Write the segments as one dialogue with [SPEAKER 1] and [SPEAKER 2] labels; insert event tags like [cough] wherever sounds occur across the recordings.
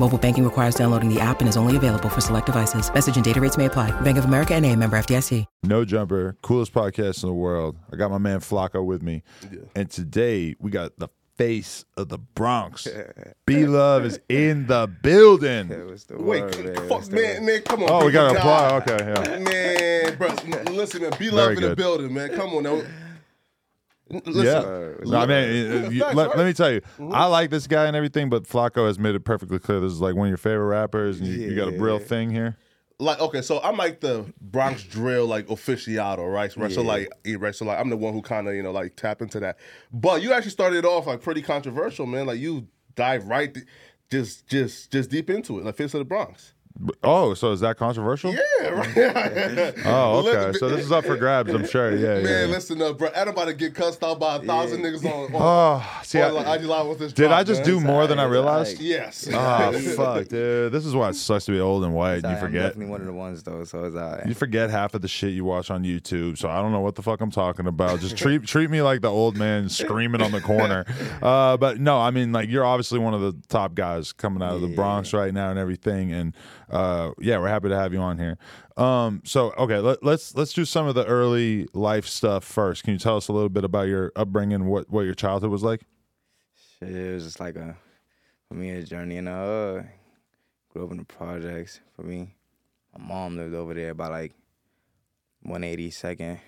[SPEAKER 1] Mobile banking requires downloading the app and is only available for select devices. Message and data rates may apply. Bank of America and a member FDIC.
[SPEAKER 2] No Jumper, coolest podcast in the world. I got my man Flocko with me. And today we got the face of the
[SPEAKER 3] [laughs]
[SPEAKER 2] Bronx. B Love is in the building.
[SPEAKER 3] Wait, fuck, man, man, come on.
[SPEAKER 2] Oh, we got to
[SPEAKER 3] to
[SPEAKER 2] apply. Okay, yeah. [laughs]
[SPEAKER 3] Man, bro, n- listen, man, be love
[SPEAKER 2] Very
[SPEAKER 3] in the
[SPEAKER 2] good.
[SPEAKER 3] building, man. Come on now. N-
[SPEAKER 2] Yeah.
[SPEAKER 3] Listen,
[SPEAKER 2] No, I mean, it- it- you-
[SPEAKER 3] facts,
[SPEAKER 2] let, let
[SPEAKER 3] right?
[SPEAKER 2] me tell you, I like this guy and everything, but Flocko has made it perfectly clear this is like one of your favorite rappers, and you, you got a real thing here.
[SPEAKER 3] like, okay, so I'm like the Bronx drill, like officiato, right? Right. So like, yeah, right. So like, I'm the one who kind of you know like tap into that. But you actually started off like pretty controversial, man. Like you dive right, th- just just just deep into it, like face of the Bronx.
[SPEAKER 2] But- Oh, so is that controversial?
[SPEAKER 3] Yeah, [laughs] right.
[SPEAKER 2] Oh,
[SPEAKER 3] Let-
[SPEAKER 2] okay. So this is up for grabs, I'm sure. Yeah, yeah.
[SPEAKER 3] [laughs] Man,
[SPEAKER 2] yeah.
[SPEAKER 3] listen up, bro. Everybody get cussed out by a thousand niggas on, on,
[SPEAKER 2] Oh, see, I-
[SPEAKER 3] on like, IG Live with this.
[SPEAKER 2] did
[SPEAKER 3] drop,
[SPEAKER 2] I just
[SPEAKER 3] man.
[SPEAKER 2] do more than I realized? [laughs]
[SPEAKER 3] Yes.
[SPEAKER 4] [laughs]
[SPEAKER 2] Oh fuck, dude! This is why it sucks to be old and white. and you
[SPEAKER 4] Sorry, I'm
[SPEAKER 2] forget.
[SPEAKER 4] definitely one of the ones though, so it's all
[SPEAKER 2] You
[SPEAKER 4] right.
[SPEAKER 2] forget half of the shit you watch on YouTube, so I don't know what the fuck I'm talking about. Just treat treat me like the old man screaming on the
[SPEAKER 4] [laughs]
[SPEAKER 2] corner. Uh, but no, I mean like you're obviously one of the top guys coming out of the Bronx right now and everything, and uh, yeah, we're happy to have you on here. Um, so okay, let, let's let's do some of the early life stuff first. Can you tell us a little bit about your upbringing, what what your childhood was like?
[SPEAKER 4] Shit, it was just like a for me a journey in the hood. Grew up in the projects for me. My mom lived over there by like 182nd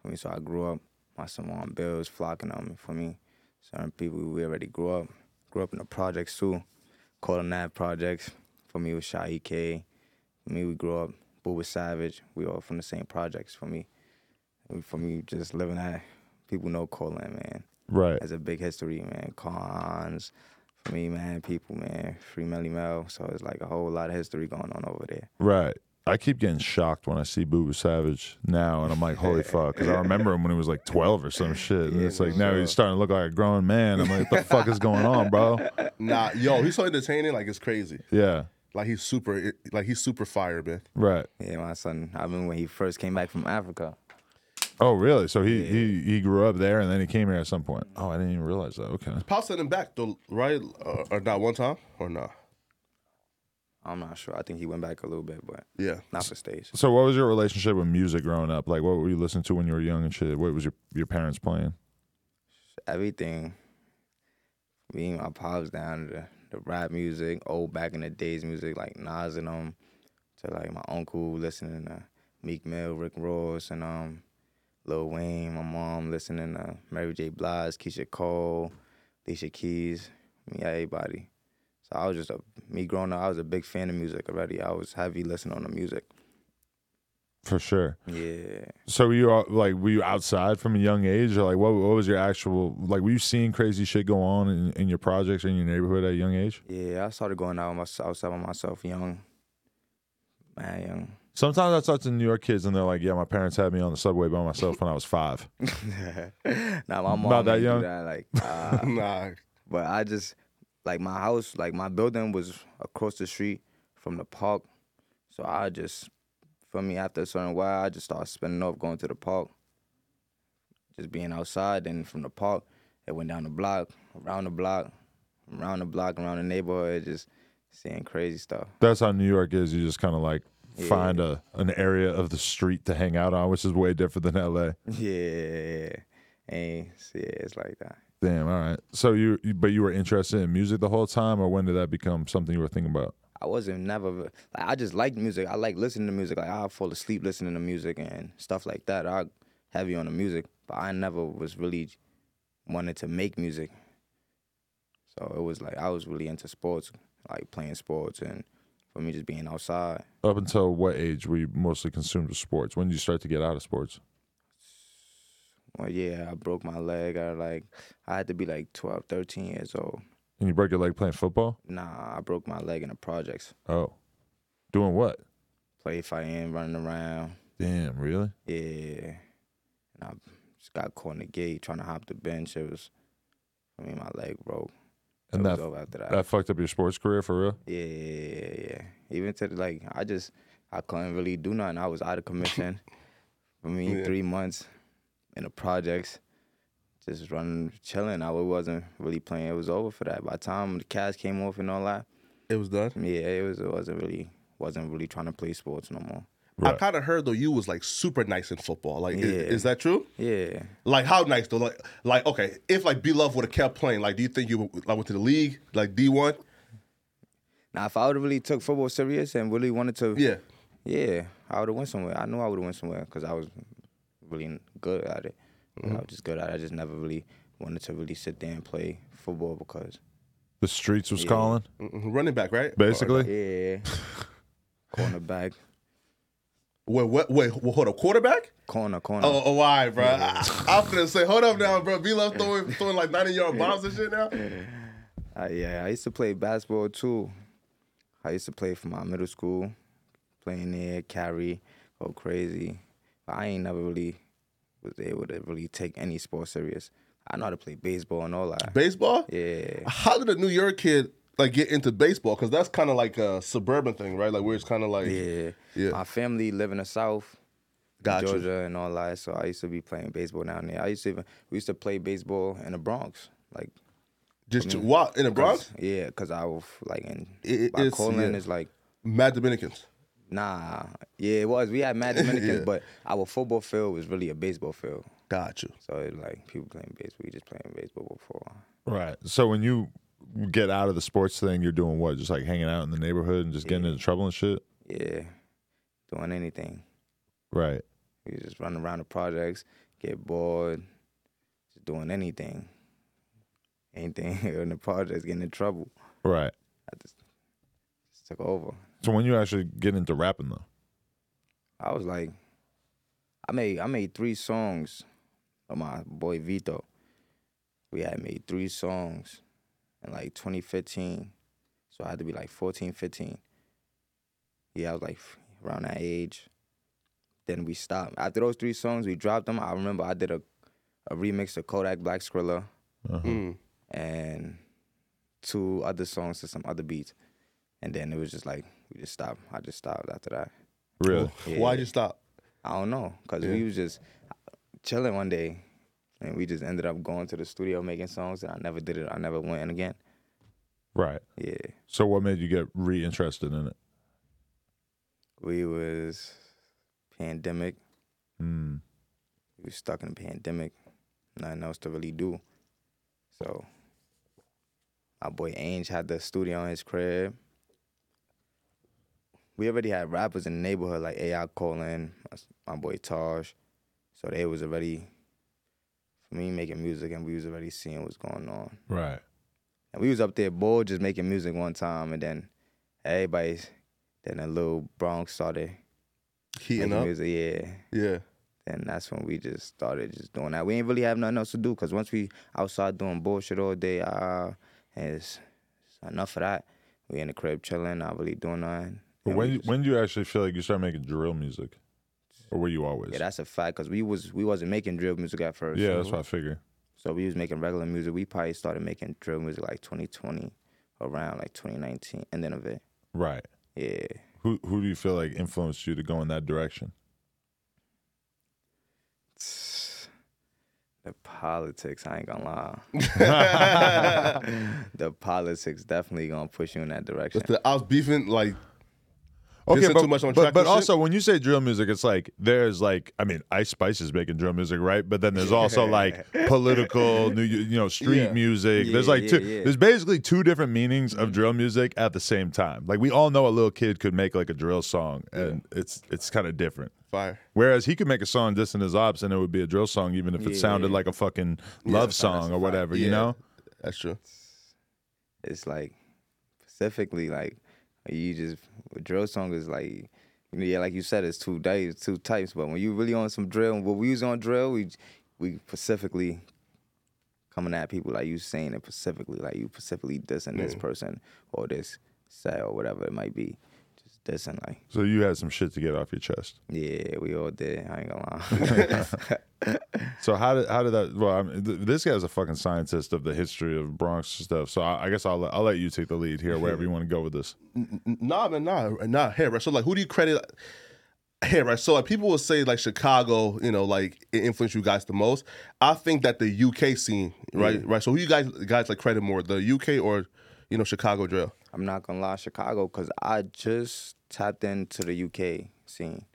[SPEAKER 4] for me, so I grew up. My son on bills flocking on me for me. Certain people we already grew up. Grew up in the projects too. Calling that projects for me was Shy K. For me, we grew up. Boo was Savage. We all from the same projects for me. And For me, just living that. People know Colin, man.
[SPEAKER 2] Right.
[SPEAKER 4] It's a big history, man. Cons for me, man. People, man. Free Melly Mel. So it's like a whole lot of history going on over there.
[SPEAKER 2] Right. I keep getting shocked when I see Boo Boo Savage now, and I'm like, holy fuck, because I remember him when he was like 12 or some shit. And it's like, now he's starting to look like a grown man. I'm like, what the fuck is going on, bro?
[SPEAKER 3] Nah, yo, he's so entertaining, like it's crazy.
[SPEAKER 2] Yeah.
[SPEAKER 3] Like he's super, like he's super fire, man.
[SPEAKER 2] Right.
[SPEAKER 4] Yeah, my son. I remember when he first came back from Africa.
[SPEAKER 2] Oh, really? So he, he he grew up there and then he came here at some point. Oh, I didn't even realize that. Okay.
[SPEAKER 3] Pops sent him back though, right? Uh, or not one time or not?
[SPEAKER 4] I'm not sure. I think he went back a little bit, but
[SPEAKER 3] Yeah.
[SPEAKER 4] not for stage.
[SPEAKER 2] So, what was your relationship with music growing up? Like, what were you listening to when you were young and shit? What was your, your parents playing?
[SPEAKER 4] Everything. Me and my pops down to the, the rap music, old back in the days music like Nas and um, to like my uncle listening to Meek Mill, Rick Ross, and um, Lil Wayne. My mom listening to Mary J. Blige, Keisha Cole, Alicia Keys, me, everybody. So I was just a me growing up. I was a big fan of music already. I was heavy listening to music.
[SPEAKER 2] For sure.
[SPEAKER 4] Yeah.
[SPEAKER 2] So, were you all- like, were you outside from a young age? Or like, what, what was your actual, like, were you seeing crazy shit go on in, in your projects or in your neighborhood at a young age?
[SPEAKER 4] Yeah, I started going out mys- outside by myself young. Man, young.
[SPEAKER 2] Sometimes I talk to New York kids and they're like, "Yeah, my parents had me on the subway by myself when I was five.
[SPEAKER 4] Nah, my mom
[SPEAKER 2] About that
[SPEAKER 4] ain't do
[SPEAKER 2] young?
[SPEAKER 4] that, Like, uh,
[SPEAKER 3] [laughs]
[SPEAKER 4] [laughs]
[SPEAKER 3] Nah.
[SPEAKER 4] but I just like my house, like my building was across the street from the park, so I just for me after a certain while, I just started spinning off going to the park, just being outside. Then from the park, it went down the block, around the block, around the block, around the neighborhood, just seeing crazy stuff. [laughs]
[SPEAKER 2] That's how New York is. You just kind of like find a an area of the street to hang out on, which is way different than L.A.
[SPEAKER 4] Yeah, and so, yeah, it's like that.
[SPEAKER 2] Damn. All right. So you, you- but you were interested in music the whole time, or when did that become something you were thinking about?
[SPEAKER 4] I wasn't never like I just liked music. I like listening to music. Like I fall asleep listening to music and stuff like that. I heavy on the music, but I never was really wanted to make music. So it was like I was really into sports, like playing sports and for me just being outside.
[SPEAKER 2] Up until what age were you mostly consumed with sports? When did you start to get out of sports?
[SPEAKER 4] Well, yeah, I broke my leg. I like I had to be like 12, 13 years old.
[SPEAKER 2] And you broke your leg playing football?
[SPEAKER 4] Nah, I broke my leg in the projects.
[SPEAKER 2] Oh. Doing what?
[SPEAKER 4] Play fighting, running around.
[SPEAKER 2] Damn, really?
[SPEAKER 4] Yeah. And I just got caught in the gate trying to hop the bench. It was, I mean, my leg broke.
[SPEAKER 2] And
[SPEAKER 4] it
[SPEAKER 2] that,
[SPEAKER 4] was over after that.
[SPEAKER 2] that fucked up your sports career for real?
[SPEAKER 4] Yeah, yeah, yeah, yeah. Even to the, like, I just, I couldn't really do nothing. I was out of commission. For me,
[SPEAKER 3] Yeah.
[SPEAKER 4] three months in the projects, just running, chilling. I wasn't really playing. It was over for that. By the time the cast came off and all that,
[SPEAKER 3] It was done.
[SPEAKER 4] yeah, it was. It wasn't really, wasn't really trying to play sports no more.
[SPEAKER 3] I kind of heard though you was like super nice in football. Like, i-
[SPEAKER 4] Yeah.
[SPEAKER 3] is, that true?
[SPEAKER 4] Yeah,
[SPEAKER 3] Like, how nice though? Like, like okay, if like B Love would have kept playing, like, do you think you would- like went to the league, like D one?
[SPEAKER 4] now if I would have really took football serious and really wanted to,
[SPEAKER 3] Yeah,
[SPEAKER 4] Yeah, I would have went somewhere. I knew I would have went somewhere because I was really good at it. You know,
[SPEAKER 3] Mm-hmm.
[SPEAKER 4] I was just good at it. I just never really wanted to really sit there and play football because
[SPEAKER 2] The streets was calling,
[SPEAKER 3] Mhm. running back, right?
[SPEAKER 2] basically.
[SPEAKER 3] [laughs]
[SPEAKER 4] yeah, cornerback,
[SPEAKER 3] Wait, wait, wait, wait hold up, quarterback?
[SPEAKER 4] corner, corner.
[SPEAKER 3] Oh, oh why, bro? I, I'm gonna say, hold up now, bro. B Love throwing throwing like 90 yard bombs and shit now.
[SPEAKER 4] Uh, yeah, I used to play basketball too. I used to play for my middle school, playing there, carry, go crazy. But I ain't never really was able to really take any sport serious. I know how to play baseball and all that.
[SPEAKER 3] Baseball?
[SPEAKER 4] yeah.
[SPEAKER 3] How did a New York kid like get into baseball? Because that's kind of like a suburban thing, right? Like where it's kind of like
[SPEAKER 4] Yeah.
[SPEAKER 3] Yeah.
[SPEAKER 4] My family live in the South,
[SPEAKER 3] Gotcha.
[SPEAKER 4] Georgia and all that. So I used to be playing baseball down there. I used to even, we used to play baseball in the Bronx. Like
[SPEAKER 3] just what in the Bronx,
[SPEAKER 4] Mm-hmm. 'cause- yeah, because I was like in
[SPEAKER 3] It- it-
[SPEAKER 4] by
[SPEAKER 3] it's-
[SPEAKER 4] Colin
[SPEAKER 3] yeah.
[SPEAKER 4] is like
[SPEAKER 3] mad Dominicans.
[SPEAKER 4] nah. Yeah, it was. We
[SPEAKER 3] [laughs]
[SPEAKER 4] had mad Dominicans, but our football field was really a baseball field.
[SPEAKER 3] Gotcha.
[SPEAKER 4] So it like people playing baseball. We just playing baseball before.
[SPEAKER 2] Right. So when you get out of the sports thing, you're doing what? Just like hanging out in the neighborhood and just getting into trouble and shit?
[SPEAKER 4] Yeah, doing anything.
[SPEAKER 2] Right.
[SPEAKER 4] We just run around the projects, get bored, just doing anything. Anything [laughs] in the projects, getting in trouble.
[SPEAKER 2] Right.
[SPEAKER 4] I just, just took over.
[SPEAKER 2] So when you actually get into rapping though.
[SPEAKER 4] I was like, I made I made three songs of my boy Vito. We had made three songs in like 2015. So I had to be like 14, 15. Yeah, I was like around that age. Then we stopped. After those three songs, we dropped them. I remember I did a, a remix of Kodak Black Skrilla Uh-huh.
[SPEAKER 3] Mm.
[SPEAKER 4] and two other songs to some other beats. And then it was just like, we just stopped. I just stopped after that.
[SPEAKER 2] Really?
[SPEAKER 3] Why'd you stop?
[SPEAKER 4] I don't know, cause we was just chilling one day, and we just ended up going to the studio making songs, and I never did it. I never went in again.
[SPEAKER 2] Right.
[SPEAKER 4] Yeah,
[SPEAKER 2] So what made you get reinterested in it?
[SPEAKER 4] we was pandemic.
[SPEAKER 2] Mm.
[SPEAKER 4] We was stuck in a pandemic, nothing else to really do. So my boy Ange had the studio in his crib. We already had rappers in the neighborhood like AI Colin, my my boy Taj. So they was already for me making music and we was already seeing what's going on.
[SPEAKER 2] Right.
[SPEAKER 4] And we was up there bored just making music one time and then everybody's then a little Bronx started
[SPEAKER 3] Heating
[SPEAKER 4] making
[SPEAKER 3] up.
[SPEAKER 4] music. Yeah.
[SPEAKER 3] Yeah.
[SPEAKER 4] Then that's when we just started just doing that. We ain't really have nothing else to do because once we outside doing bullshit all day, uh it's, it's enough of that. We in the crib chilling, not really doing nothing.
[SPEAKER 2] But
[SPEAKER 4] And
[SPEAKER 2] when
[SPEAKER 4] we
[SPEAKER 2] you,
[SPEAKER 4] just-
[SPEAKER 2] when do you actually feel like you start making drill music? Or were you always?
[SPEAKER 4] yeah, that's a fact because we was we wasn't making drill music at first.
[SPEAKER 2] Yeah, that's what I figure.
[SPEAKER 4] So we was making regular music. We probably started making drill music like 2020, around like 2019, and then of it.
[SPEAKER 2] Right.
[SPEAKER 4] Yeah.
[SPEAKER 2] Who who do you feel like influenced you to go in that direction?
[SPEAKER 4] The politics, I ain't gonna lie.
[SPEAKER 2] [laughs]
[SPEAKER 4] [laughs] the politics definitely gonna push you in that direction.
[SPEAKER 3] That's the- I was beefing like Dissing too much on
[SPEAKER 2] but,
[SPEAKER 3] track
[SPEAKER 2] but
[SPEAKER 3] and shit?
[SPEAKER 2] also when you say drill music, it's like there's like I mean Ice Spice is making drill music, right? But then there's
[SPEAKER 3] [laughs]
[SPEAKER 2] also like political, new, you know, street
[SPEAKER 3] Yeah. Mm-hmm.
[SPEAKER 2] music. there's
[SPEAKER 4] Yeah,
[SPEAKER 2] like
[SPEAKER 4] yeah,
[SPEAKER 2] two.
[SPEAKER 4] yeah.
[SPEAKER 2] There's basically two different meanings of drill music at the same time. Like we all know a little kid could make like a drill song, and it's it's kind of different.
[SPEAKER 3] Fire.
[SPEAKER 2] Whereas he could make a song dissing his ops, and it would be a drill song, even if it sounded like a fucking love song or whatever, you
[SPEAKER 3] Yeah.
[SPEAKER 2] know?
[SPEAKER 3] That's true.
[SPEAKER 4] it's like specifically like you just a drill song is like you know, yeah, like you said, it's two days, two types. But when you really on some drill, and when we was on drill, we we specifically coming at people like you saying it specifically, like you specifically dissing this person or this set or whatever it might be, just dissing like
[SPEAKER 2] So you had some shit to get off your chest.
[SPEAKER 4] yeah, we all did. I ain't gonna lie. [laughs]
[SPEAKER 2] So how did how did that? Well, I mean, th- this guy's a fucking scientist of the history of Bronx stuff. So I, I guess I'll let, I'll let you take the lead here, wherever you want to go with this.
[SPEAKER 3] Nah, man, nah, nah. Here, right. So, like, who do you credit? Here, right. So, like, people will say like Chicago, you know, like it influenced you guys the most. I think that the UK scene, right, right. So, who you guys guys like credit more, the UK or you know Chicago drill?
[SPEAKER 4] I'm not gonna lie, Chicago, cause I just tapped into the UK scene.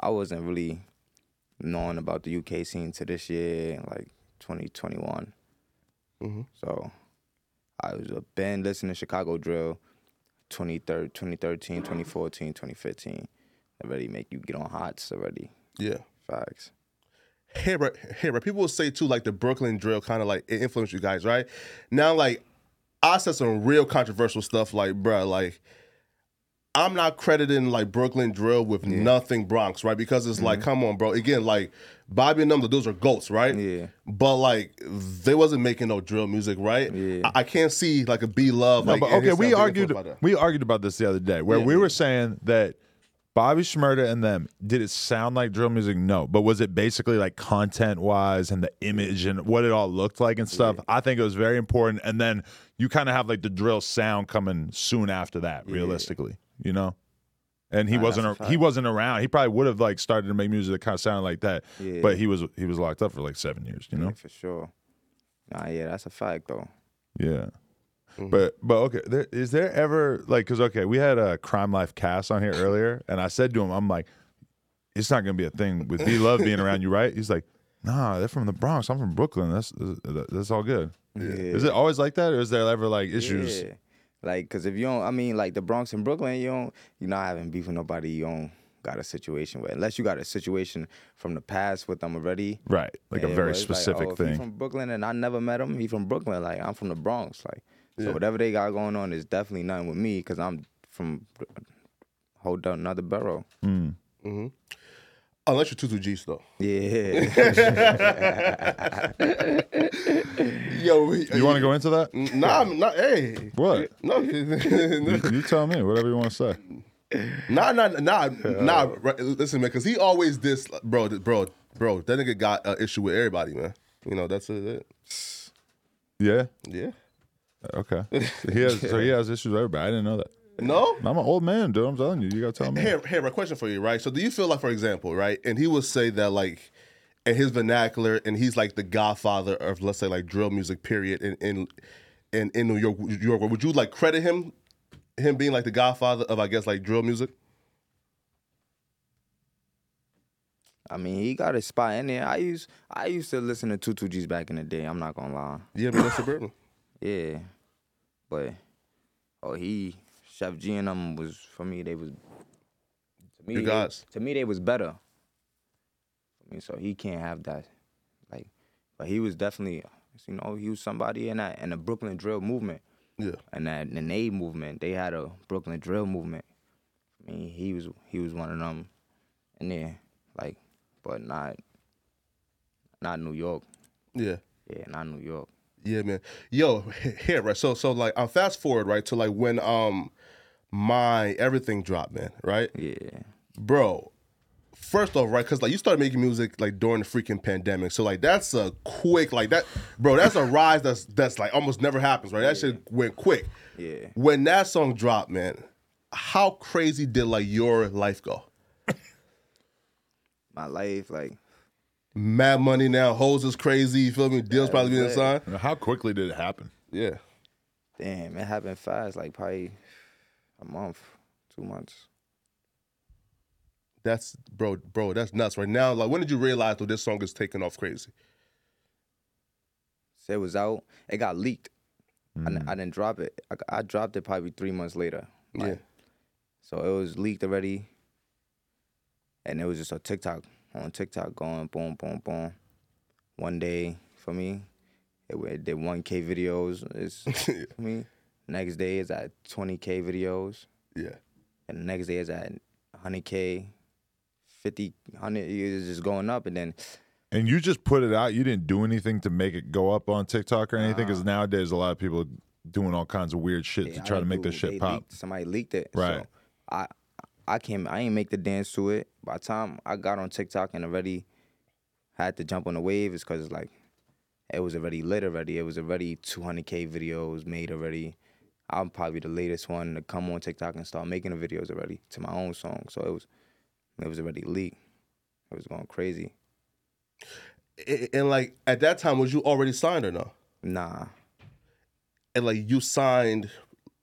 [SPEAKER 4] I wasn't really knowing about the UK scene to this year, like 2021.
[SPEAKER 2] Mm-hmm.
[SPEAKER 4] So I was a been listening to Chicago drill 23, 2013, 2014, 2015. Already make you get on hots already.
[SPEAKER 3] Yeah.
[SPEAKER 4] Facts.
[SPEAKER 3] Here, right, here, right. People will say too, like the Brooklyn drill, kind of like it influenced you guys, right? Now, like, I said some real controversial stuff, like, bruh, like. I'm not crediting like Brooklyn drill with nothing Bronx, right? Because it's
[SPEAKER 2] Mm-hmm.
[SPEAKER 3] like, come on, bro. Again, like Bobby and them, those are goats, right?
[SPEAKER 4] Yeah.
[SPEAKER 3] But like, they wasn't making no drill music, right?
[SPEAKER 4] Yeah.
[SPEAKER 3] I, I can't see like a B Love.
[SPEAKER 2] No,
[SPEAKER 3] like,
[SPEAKER 2] but
[SPEAKER 3] and
[SPEAKER 2] okay,
[SPEAKER 3] his
[SPEAKER 2] we
[SPEAKER 3] stuff being
[SPEAKER 2] argued
[SPEAKER 3] influenced by that.
[SPEAKER 2] we argued about this the other day, where we were saying that Bobby Schmurda and them did it sound like drill music? No, but was it basically like content wise and the image and what it all looked like and stuff? I think it was very important. And then you kind of have like the drill sound coming soon after that, realistically, you know. And he wasn't a, he wasn't around. He probably would have like started to make music that kind of sounded like that, but he was he was locked up for like seven years, you know.
[SPEAKER 4] For sure. Nah, yeah, that's a fact though.
[SPEAKER 2] Yeah.
[SPEAKER 4] Mm-hmm.
[SPEAKER 2] But but okay, there, is there ever like because okay, we had a crime life cast on here earlier, and I said to him, I'm like, it's not gonna be a thing with B Love being around you, right? He's like, Nah, they're from the Bronx. I'm from Brooklyn. That's that's, that's all good. Is it always like that, or is there ever like issues?
[SPEAKER 4] Yeah. Like, cause if you don't, I mean, like the Bronx and Brooklyn, you don't, you're not having beef with nobody. You don't got a situation with, unless you got a situation from the past with them already.
[SPEAKER 2] Right, like
[SPEAKER 4] And
[SPEAKER 2] a
[SPEAKER 4] it
[SPEAKER 2] very
[SPEAKER 4] was like,
[SPEAKER 2] specific
[SPEAKER 4] oh, if he
[SPEAKER 2] thing.
[SPEAKER 4] from Brooklyn, and I never met him. He from Brooklyn. Like I'm from the Bronx. Like so, whatever they got going on is definitely nothing with me, cause I'm from whole down another borough.
[SPEAKER 3] Unless you're two two G's though.
[SPEAKER 4] Yeah, [laughs]
[SPEAKER 3] Yo, we,
[SPEAKER 2] you want to go into that?
[SPEAKER 3] Nah, I'm not. Hey,
[SPEAKER 2] [laughs] What?
[SPEAKER 3] no, [laughs] no.
[SPEAKER 2] you, you tell me whatever you want to say.
[SPEAKER 3] Nah, nah, nah, nah. Right, listen, man, because he always this, bro, th- bro, bro. That nigga got an issue with everybody, man. You know, that's it.
[SPEAKER 2] Yeah.
[SPEAKER 3] Yeah.
[SPEAKER 2] Okay. He has so
[SPEAKER 4] [laughs]
[SPEAKER 2] he has issues with everybody. I didn't know that.
[SPEAKER 3] No.
[SPEAKER 2] I'm an old man, dude. I'm telling you, you gotta tell
[SPEAKER 4] [laughs]
[SPEAKER 2] me.
[SPEAKER 3] Here, here, a question for you, right? So, do you feel like, for example, right? And he would say that, like, in his vernacular, and he's like the godfather of, let's say, like drill music, period, in in in, in New York, New York. Would you like credit him, him being like the godfather of, I guess, like drill music?
[SPEAKER 4] I mean, he got a spot in there. I used, I used to listen to Two Two G's back in the day. I'm not gonna lie.
[SPEAKER 3] Yeah, but that's suburban.
[SPEAKER 4] Yeah. But oh he Chef G and them was for me they was to me
[SPEAKER 3] Your
[SPEAKER 4] they-
[SPEAKER 3] guys.
[SPEAKER 4] to me they was better. I mean so he can't have that. Like but he was definitely you know, he was somebody in that in the Brooklyn drill movement.
[SPEAKER 3] [coughs] Yeah.
[SPEAKER 4] And that Nene movement, they had a Brooklyn drill movement. I mean he was he was one of them and then like but not not New York.
[SPEAKER 3] Yeah.
[SPEAKER 4] Yeah, not New York.
[SPEAKER 3] Yeah, man. Yo, h- here, right. So, so like, I'll fast forward, right, to like when um my everything dropped, man. Right,
[SPEAKER 4] Yeah.
[SPEAKER 3] bro. First off, right, because like you started making music like during the freaking pandemic, so like that's a quick like that, bro. That's a rise that's that's like almost never happens, right? That shit went quick.
[SPEAKER 4] Yeah.
[SPEAKER 3] When that song dropped, man, how crazy did like your life go?
[SPEAKER 4] My life, like
[SPEAKER 3] Mad money now, hoes is crazy. You feel me? Deals probably being signed.
[SPEAKER 2] How quickly did it happen?
[SPEAKER 3] Yeah.
[SPEAKER 4] Damn, it happened fast, like probably a month, two months.
[SPEAKER 3] That's bro, bro. That's nuts right now. Like, when did you realize though this song is taking off crazy?
[SPEAKER 4] It was out. It got leaked. I didn't- I, didn't drop it. I, I dropped it probably three months later. Like,
[SPEAKER 3] Yeah.
[SPEAKER 4] So it was leaked already, and it was just a TikTok on TikTok going boom, boom, boom. One day for me, it, wa- it did 1K videos. It's for me. Next day is at 20K videos,
[SPEAKER 3] Yeah.
[SPEAKER 4] and the next day is at 100K, 50, 100. It's just going up, and then
[SPEAKER 2] And you just put it out. You didn't do anything to make it go up on TikTok or anything, because nowadays a lot of people are doing all kinds of weird shit
[SPEAKER 4] Yeah,
[SPEAKER 2] to
[SPEAKER 4] I
[SPEAKER 2] try to
[SPEAKER 4] didn't
[SPEAKER 2] make
[SPEAKER 4] do-
[SPEAKER 2] their shit
[SPEAKER 4] they
[SPEAKER 2] pop.
[SPEAKER 4] leaked- somebody leaked it.
[SPEAKER 2] Right.
[SPEAKER 4] So I I came I ain't make the dance to it. By the time I got on TikTok and already had to jump on the wave, it's cause it's like it was already lit already. It was already 200k videos made already. I'm probably the latest one to come on TikTok and start making the videos already to my own song. So it was it was already leaked. It was going crazy.
[SPEAKER 3] A- And like at that time, was you already signed or no?
[SPEAKER 4] Nah.
[SPEAKER 3] And like you signed,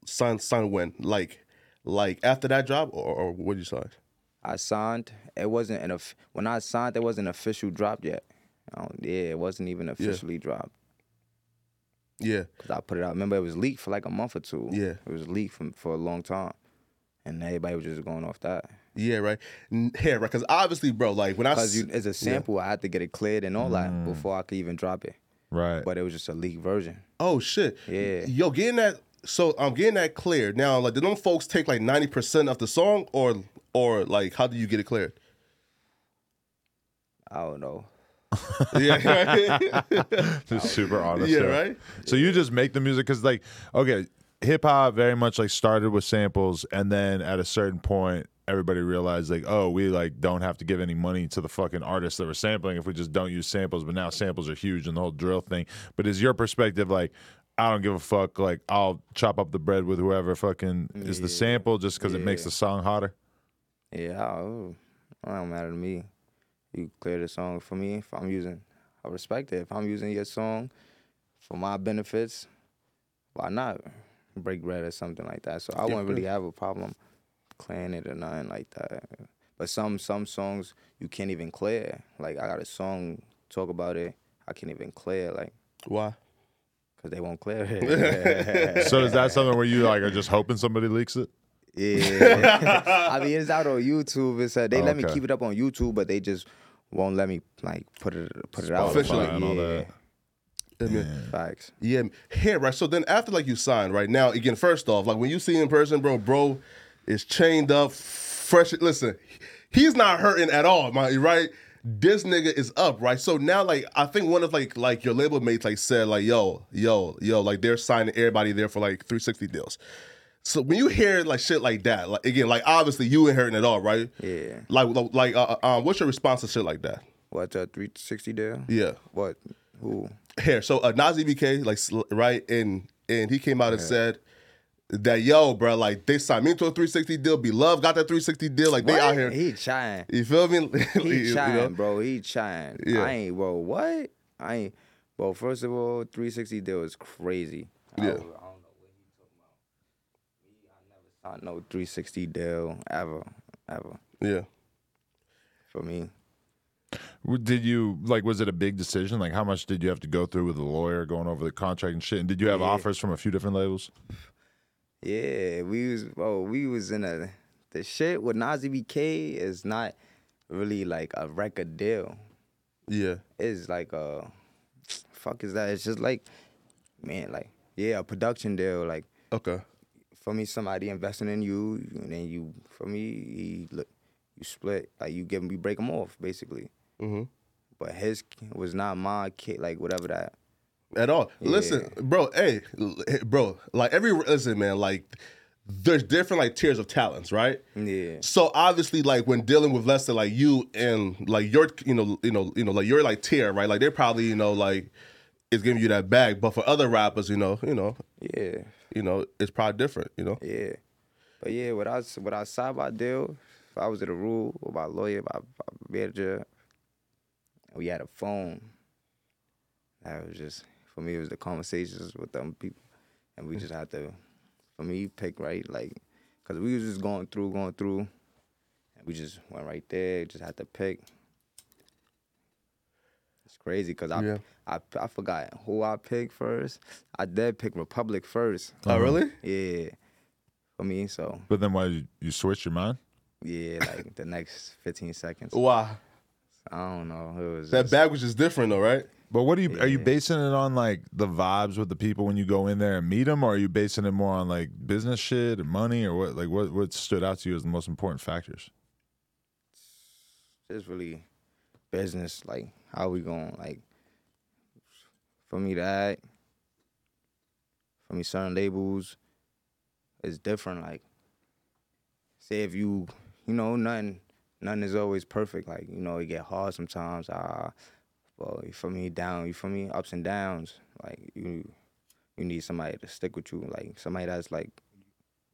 [SPEAKER 3] signed, signed when? Like, like after that job or, or when you signed?
[SPEAKER 4] I signed. It wasn't an of when I signed. It wasn't official dropped yet. I don't- yeah, it wasn't even officially dropped.
[SPEAKER 3] Yeah.
[SPEAKER 4] Cause I put it out. Remember, it was leaked for like a month or two.
[SPEAKER 3] Yeah.
[SPEAKER 4] it was leaked from, for a long time, and everybody was just going off that.
[SPEAKER 3] Yeah. Right. N- Yeah. Right. Because obviously, bro. Like when I s-
[SPEAKER 4] Cause you, it's a sample. I had to get it cleared and all that before I could even drop it.
[SPEAKER 2] Right.
[SPEAKER 4] But it was just a leaked version.
[SPEAKER 3] Oh shit.
[SPEAKER 4] Yeah.
[SPEAKER 3] Yo, getting that. So I'm getting that cleared now. Like, did them folks take like ninety percent of the song, or or like how do you get it cleared?
[SPEAKER 4] I don't know.
[SPEAKER 3] Yeah.
[SPEAKER 2] [laughs] Just super honest.
[SPEAKER 3] Yeah, right?
[SPEAKER 2] So you just make the music because, like, okay, hip hop very much like started with samples, and then at a certain point, everybody realized like, oh, we like don't have to give any money to the fucking artists that were sampling if we just don't use samples. But now samples are huge and the whole drill thing. But is your perspective like? I don't give a fuck. Like I'll chop up the bread with whoever fucking is the sample, just because it makes the song hotter.
[SPEAKER 4] Yeah, I don't, it don't matter to me. You clear the song for me. If I'm using, I respect it. If I'm using your song for my benefits, why not break bread or something like that? So I wouldn't really have a problem clearing it or nothing like that. But some some songs you can't even clear. Like I got a song talk about it. I can't even clear like
[SPEAKER 3] [laughs] Why?
[SPEAKER 4] because they won't clear it. [laughs]
[SPEAKER 2] So is that something where you like are just hoping somebody leaks it?
[SPEAKER 4] Yeah.
[SPEAKER 3] [laughs]
[SPEAKER 4] I mean, it's out on YouTube. It's uh, they let me
[SPEAKER 2] Okay.
[SPEAKER 4] keep it up on YouTube, but they just won't let me like put it put it out
[SPEAKER 3] Officially.
[SPEAKER 4] Yeah,
[SPEAKER 2] and all that.
[SPEAKER 3] I mean,
[SPEAKER 4] Facts.
[SPEAKER 3] Yeah, yeah, right. So then after like you signed right now, again, first off, like when you see him in person, bro, bro is chained up, fresh. Listen, he's not hurting at all, my right. This nigga is up, right? So now, like, I think one of like like your label mates like said like, yo, yo, yo, like they're signing everybody there for like 360 deals. So when you hear like shit like that, like again, like obviously you ain't hurting at all, right?
[SPEAKER 4] Yeah.
[SPEAKER 3] Like, like, like, uh, uh, uh, what's your response to shit like that?
[SPEAKER 4] What uh, three sixty deal?
[SPEAKER 3] Yeah.
[SPEAKER 4] What? Who?
[SPEAKER 3] here. So uh, Nas EBK, like sl- right, and and he came out and said that yo, bro, like they signed me to a 360 deal. Be love got that 360 deal. Like they out here.
[SPEAKER 4] He trying.
[SPEAKER 3] you feel me?
[SPEAKER 4] He
[SPEAKER 3] [laughs] You
[SPEAKER 4] trying,
[SPEAKER 3] know?
[SPEAKER 4] bro. He trying.
[SPEAKER 3] Yeah.
[SPEAKER 4] I ain't, bro. What? I ain't. Well, first of all, 360 deal is crazy. I
[SPEAKER 3] Yeah.
[SPEAKER 4] don't, I don't know what he talking about. Me, I never signed no 360 deal ever, ever.
[SPEAKER 3] Yeah.
[SPEAKER 4] For me,
[SPEAKER 2] W- Did you like? Was it a big decision? Like, how much did you have to go through with a lawyer, going over the contract and shit? And did you have offers from a few different labels?
[SPEAKER 4] Yeah, we was bro, we was in a the shit with Nas BK is not really like a record deal.
[SPEAKER 3] Yeah.
[SPEAKER 4] It's like a fuck is that? It's just like man, like yeah, a production deal. Like
[SPEAKER 3] Okay.
[SPEAKER 4] for me, somebody investing in you, and then you for me, he, look, you split like you give him, you break him off basically.
[SPEAKER 3] hmm
[SPEAKER 4] But his was not my kid, like whatever that.
[SPEAKER 3] At all. Listen, bro. Hey, l- hey, bro. Like every listen, man. Like there's different like tiers of talents, right?
[SPEAKER 4] Yeah,
[SPEAKER 3] So obviously, like when dealing with Lester, like you and like your, you know, you know, you know, like you're like tier, right? Like they're probably, you know, like it's giving you that bag. But for other rappers, you know, you know,
[SPEAKER 4] yeah.
[SPEAKER 3] you know, it's probably different, you know.
[SPEAKER 4] Yeah. But yeah, what I what I saw about deal, if I was at a rule or my lawyer, my, my manager, we had a phone. That was just for me. It was the conversations with them people, and we just had to, for me, pick right, like, cause we was just going through, going through, We just went right there. Just had to pick. It's crazy because I,
[SPEAKER 3] Yeah.
[SPEAKER 4] I I forgot who I picked first. I did pick Republic first.
[SPEAKER 3] Oh, really?
[SPEAKER 4] Yeah, for me. So
[SPEAKER 2] But then why you, you switch your mind?
[SPEAKER 4] yeah, like the next 15 seconds.
[SPEAKER 3] Wow.
[SPEAKER 4] I don't know. It was
[SPEAKER 3] That
[SPEAKER 4] just-
[SPEAKER 3] baggage is different, though, right?
[SPEAKER 2] But what are you are you basing it on like the vibes with the people when you go in there and meet them, or are you basing it more on like business shit and money, or what? Like what what stood out to you as the most important factors?
[SPEAKER 4] it's really business. Like, how we going? Like, for me to act, for me certain labels, it's different. Like, say if you, you know, nothing, nothing is always perfect. Like, you know, it get hard sometimes. Ah, well, you feel me? Down, you feel me? Ups and downs. Like, you, you need somebody to stick with you. Like, somebody that's like,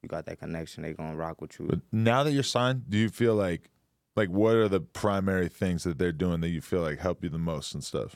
[SPEAKER 4] you got that connection. They gonna rock with you.
[SPEAKER 2] But now that you're signed, do you feel like like what are the primary things that they're doing that you feel like help you the most and stuff?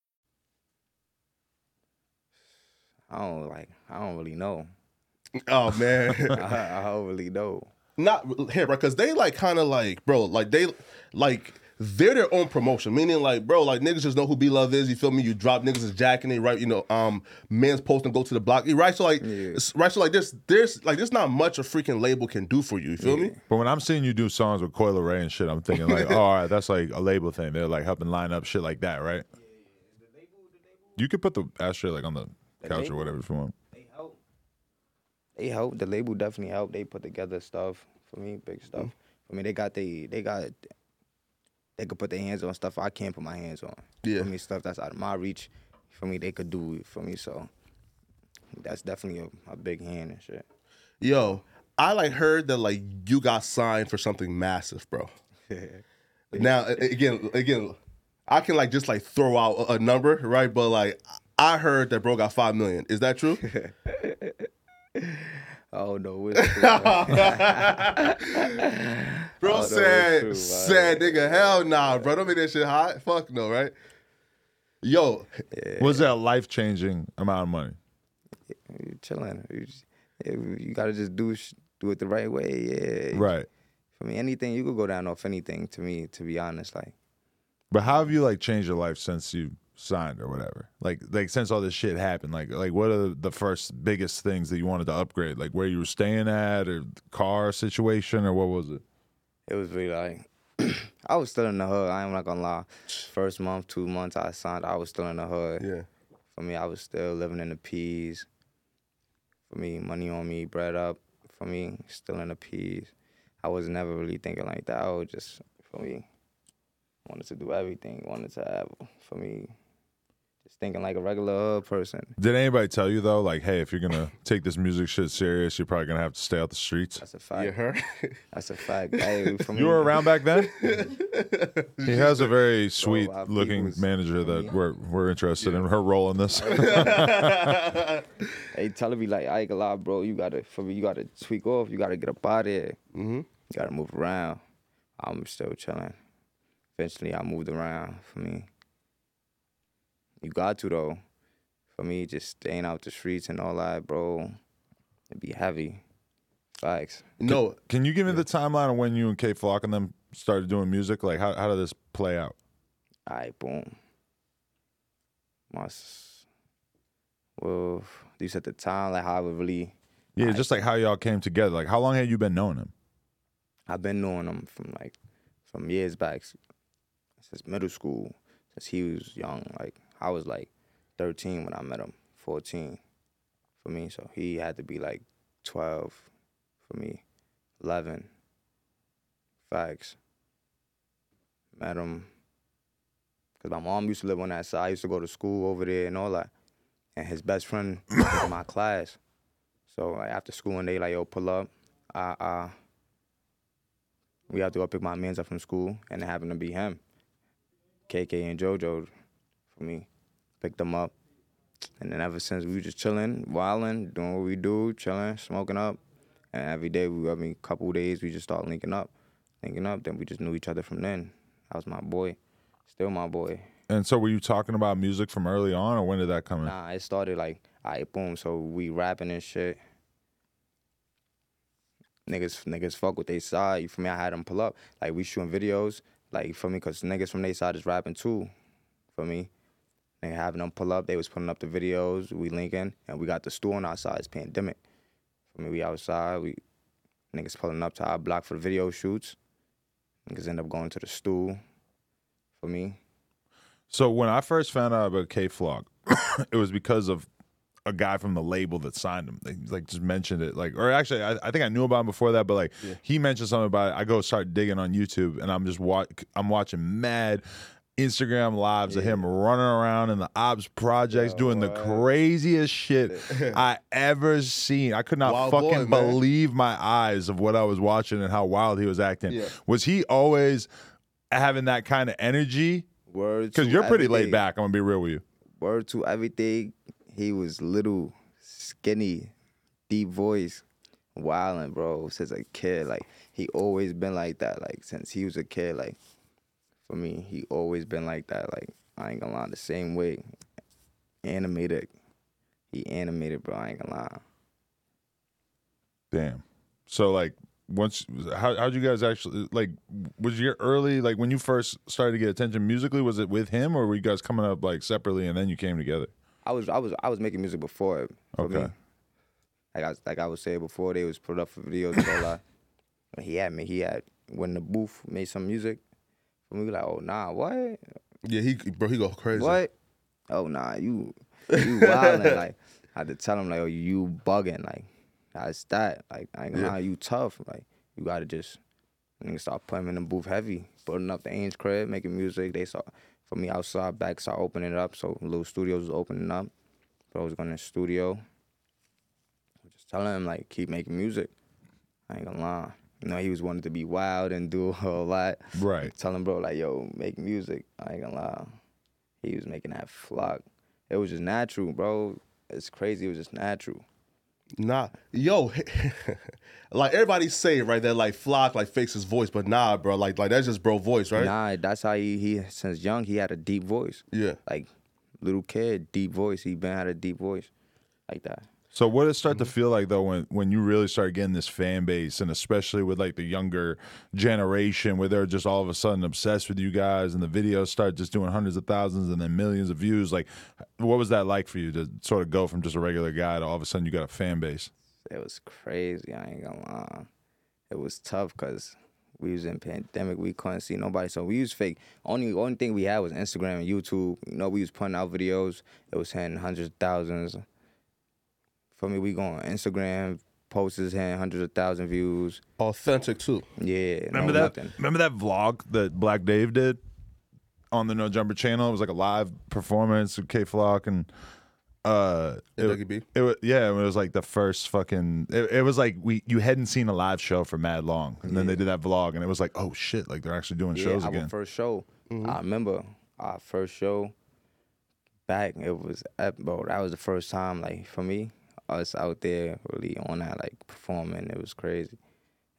[SPEAKER 4] I don't like. I don't really know.
[SPEAKER 3] Oh man.
[SPEAKER 4] [laughs] I, I don't really know.
[SPEAKER 3] not here, right? Because they like kind of like, bro, like they like they're their own promotion. Meaning like, bro, like niggas just know who B Love is. You feel me? You drop niggas is jacking it, right? You know, um, man's post and go to the block, you right? So like, it's- right? So like, there's there's like there's not much a freaking label can do for you. You feel me?
[SPEAKER 2] But when I'm seeing you do songs with Coil Ray and shit, I'm thinking like, oh, all right, that's like a label thing. They're like helping line up shit like that, right? You could put the ashtray like on the couch or whatever if you want.
[SPEAKER 4] They help. The label definitely helped. They put together stuff for me, big stuff. I mean, they got they they got they could put their hands on stuff I can't put my hands on.
[SPEAKER 3] Yeah.
[SPEAKER 4] For me, stuff that's out of my reach. For me, they could do it for me. So that's definitely a, a big hand and shit.
[SPEAKER 3] Yo, I like heard that like you got signed for something massive, bro. now a- again, again, I can like just like throw out a- a number, right? But like. I heard that bro got five million. Is that true?
[SPEAKER 4] Oh no, what's that?
[SPEAKER 3] Bro
[SPEAKER 4] Oh, that was
[SPEAKER 3] said,
[SPEAKER 4] true, wow.
[SPEAKER 3] said, nigga, hell nah, bro. Don't make that shit hot. Fuck no, right? Yo,
[SPEAKER 2] Was that a life changing amount of money?
[SPEAKER 4] you chilling. You, just- you you gotta just do sh- do it the right way. Yeah.
[SPEAKER 2] Right.
[SPEAKER 4] For me, anything you could go down off anything. To me, to be honest, like.
[SPEAKER 2] But how have you like changed your life since you signed or whatever? Like like since all this shit happened, like like what are the first biggest things that you wanted to upgrade? Like where you were staying at or the car situation or what was it?
[SPEAKER 4] It was really like [clears throat] I was still in the hood. I am not gonna lie. First month, two months I signed, I was still in the hood.
[SPEAKER 3] yeah,
[SPEAKER 4] For me, I was still living in the peas. For me, money on me, bread up. For me, still in the peas. I was never really thinking like that. I was just for me wanted to do everything. Wanted to have for me just thinking like a regular hood person.
[SPEAKER 2] Did anybody tell you though, like, hey, if you're gonna take this music shit serious, you're probably gonna have to stay out the streets?
[SPEAKER 4] That's a fact.
[SPEAKER 3] you her.
[SPEAKER 4] That's a fact. Hey,
[SPEAKER 2] [laughs]
[SPEAKER 4] for
[SPEAKER 2] You were
[SPEAKER 4] me-
[SPEAKER 2] around back then? he has a very sweet
[SPEAKER 4] uh, he
[SPEAKER 2] looking
[SPEAKER 4] was-
[SPEAKER 2] manager that we're we're interested in her role in this.
[SPEAKER 4] They telling me like, I ain't gonna lie, bro. You gotta for me, you gotta tweak off. You gotta get up out of here. Mm-hmm. You gotta move around. I'm still chilling. Eventually, I moved around. For me, you got to though. For me, just staying out the streets and all that, bro. It'd be heavy. Facts.
[SPEAKER 3] no,
[SPEAKER 2] Can you give me the timeline of when you and K Flock and them started doing music? Like how how did this play out?
[SPEAKER 4] All right, boom. My, s- well, you said the time like how I would really.
[SPEAKER 2] Yeah, just like how y'all came together. Like, how long had you been knowing him?
[SPEAKER 4] I've been knowing him from like from years back, s- since middle school, since he was young. Like I was like 13 when I met him, 14 for me. So he had to be like 12 for me, 11. Facts. Met him because my mom used to live on that side. I used to go to school over there and all that. And his best friend was in my [coughs] class. So like after school one day, like yo, pull up. Uh uh we have to go pick my man's up from school, and it happened to be him. KK and JoJo for me. Picked them up. And then ever since we were just chilling, wilding, doing what we do, chilling, smoking up. And every day, we, I mean, couple days, we just start linking up, linking up. Then we just knew each other from then. That was my boy, still my boy.
[SPEAKER 2] And so, were you talking about music from early on, or when did that come in?
[SPEAKER 4] Nah, it started like, all right, boom. So we rapping and shit. Niggas, niggas fuck with they side. You feel me? I had them pull up. Like we shooting videos. Like you feel me? Cause niggas from they side is rapping too. For me, nigga having them pull up. They was putting up the videos. We linking, and we got the store on our side. It's pandemic. For me, we outside. We niggas pulling up to our block for the video shoots. Niggas end up going to the stool. For me,
[SPEAKER 2] So when I first found out about K Flog, [coughs] it was because of a guy from the label that signed him. They like just mentioned it, like, or actually, I, I think I knew about him before that, but like he mentioned something about it. I go start digging on YouTube, and I'm just watch, I'm watching mad Instagram lives of him running around in the Ops projects, doing the craziest shit
[SPEAKER 3] [laughs]
[SPEAKER 2] I ever seen. I could not
[SPEAKER 3] Wild boy,
[SPEAKER 2] fucking
[SPEAKER 3] man.
[SPEAKER 2] believe my eyes of what I was watching and how wild he was acting.
[SPEAKER 3] Yeah.
[SPEAKER 2] Was he always having that kind of energy?
[SPEAKER 4] words.
[SPEAKER 2] Because you're pretty laid back. I'm gonna be real with you.
[SPEAKER 4] word to everything. He was little, skinny, deep voice, wildin', bro. Since a kid, like he always been like that. Like since he was a kid, like for me, he always been like that. Like I ain't gonna lie, the same way. Animated, he animated, bro. I ain't gonna lie.
[SPEAKER 2] Damn. So like, once how how'd you guys actually like? Was your early like when you first started to get attention musically? Was it with him or were you guys coming up like separately and then you came together?
[SPEAKER 4] I was I was I was making music before it. for me.
[SPEAKER 2] Okay.
[SPEAKER 4] Like I was- like I was saying before, they was put up for videos and all that. But he had me. He had when the booth made some music. And we were like, oh nah, what?
[SPEAKER 3] Yeah, he bro, he go crazy.
[SPEAKER 4] What? Oh nah, you you wildin'. like I had to tell him like, oh you bugging. Like that's that. Like I ain't gonna lie, you tough. Like you gotta just nigga start putting him in the booth heavy, building up the Ames crib, making music. They saw for me outside back start opening it up. So little studios was opening up. Bro was going to the studio. Just telling him like keep making music. I ain't gonna lie. You know, he was wanting to be wild and do [laughs] a whole lot.
[SPEAKER 2] Right.
[SPEAKER 4] Tell him, bro, like, yo, make music. I ain't gonna lie. He was making that flock. It was just natural, bro. It's crazy. It was just natural.
[SPEAKER 3] Nah, yo, [laughs] like everybody say it right there, like Flock like fakes his voice, but nah, bro, like like that's just bro voice, right?
[SPEAKER 4] Nah, that's how he, he, since young, he had a deep voice.
[SPEAKER 3] Yeah.
[SPEAKER 4] Like, little kid, deep voice. He been had a deep voice like that.
[SPEAKER 2] So what did it start to feel like though when when you really start getting this fan base and especially with like the younger generation where they're just all of a sudden obsessed with you guys and the videos start just doing hundreds of thousands and then millions of views like what was that like for you to sort of go from just a regular guy to all of a sudden you got a fan base?
[SPEAKER 4] It was crazy. I ain't gonna lie. It was tough because we was in pandemic. We couldn't see nobody, so we was fake. Only only thing we had was Instagram and YouTube. You know, we was putting out videos. It was hitting hundreds of thousands. For me, we going Instagram posts is hitting hundreds of thousand views.
[SPEAKER 3] Authentic too.
[SPEAKER 4] Yeah,
[SPEAKER 2] Remember
[SPEAKER 4] no
[SPEAKER 2] that?
[SPEAKER 4] nothing.
[SPEAKER 2] Remember that vlog that Black Dave did on the No Jumper channel? It was like a live performance with K Flock and uh,
[SPEAKER 3] And
[SPEAKER 2] it,
[SPEAKER 3] Dougie B.
[SPEAKER 2] it was yeah, it was like the first fucking. It, it was like we you hadn't seen a live show for mad long, and then they did that vlog, and it was like oh shit, like they're actually doing shows
[SPEAKER 4] yeah,
[SPEAKER 2] again.
[SPEAKER 4] Our first show. I remember our first show back. It was ep- bro. That was the first time like for me, us out there really on that like performing. It was crazy.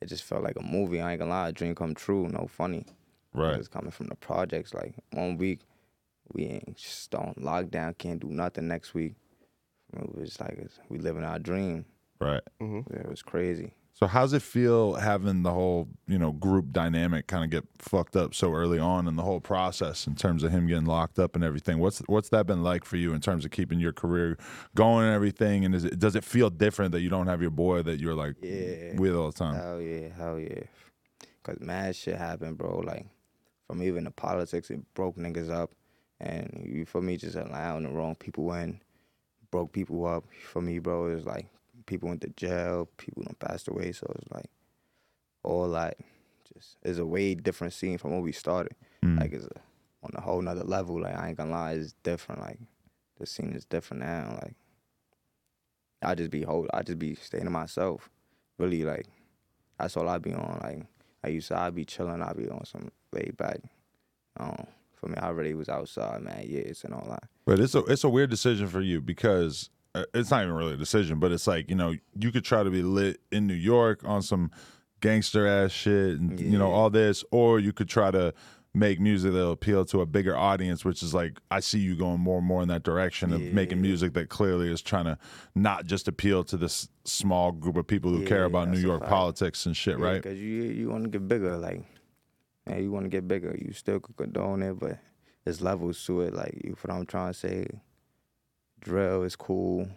[SPEAKER 4] It just felt like a movie. I ain't gonna lie, a dream come true. No funny.
[SPEAKER 2] Right.
[SPEAKER 4] It's coming from the projects. Like one week, we ain't just on lockdown. Can't do nothing. Next week, it was like it's, we living our dream.
[SPEAKER 2] right.
[SPEAKER 4] Yeah, It was crazy.
[SPEAKER 2] So how's it feel having the whole you know group dynamic kind of get fucked up so early on in the whole process in terms of him getting locked up and everything? What's what's that been like for you in terms of keeping your career going and everything? And is it, does it feel different that you don't have your boy that you're like
[SPEAKER 4] Yeah. Uh,
[SPEAKER 2] with all the time?
[SPEAKER 4] Hell yeah, hell yeah. Cause mad shit happened, bro. Like from even the politics, it broke niggas up, and you for me just allowing the wrong people in, broke people up. For me, bro, it was like people went to jail, people done passed away. So it's like all like just it's a way different scene from when we started. Like it's a, on a whole nother level. Like I ain't gonna lie, it's different. Like the scene is different now. Like I just be hold, I just be staying to myself. Really, like that's all I be on. Like Like you said, I'd be chilling, I'd be on some laid back. Um, for me, I already was outside, man, years and all that.
[SPEAKER 2] But it's a it's a weird decision for you because uh, it's not even really a decision, but it's like you know you could try to be lit in New York on some gangster ass shit and you know all this, or you could try to make music that'll appeal to a bigger audience, which is like I see you going more and more in that direction of making music that clearly is trying to not just appeal to this small group of people who care
[SPEAKER 4] Yeah,
[SPEAKER 2] about New
[SPEAKER 4] that's a
[SPEAKER 2] York
[SPEAKER 4] fact.
[SPEAKER 2] politics and shit, right?
[SPEAKER 4] Because you you want to get bigger, like, yeah, you want to get bigger. You still could condone it, but there's levels to it. Like, you what I'm trying to say. Drill is cool.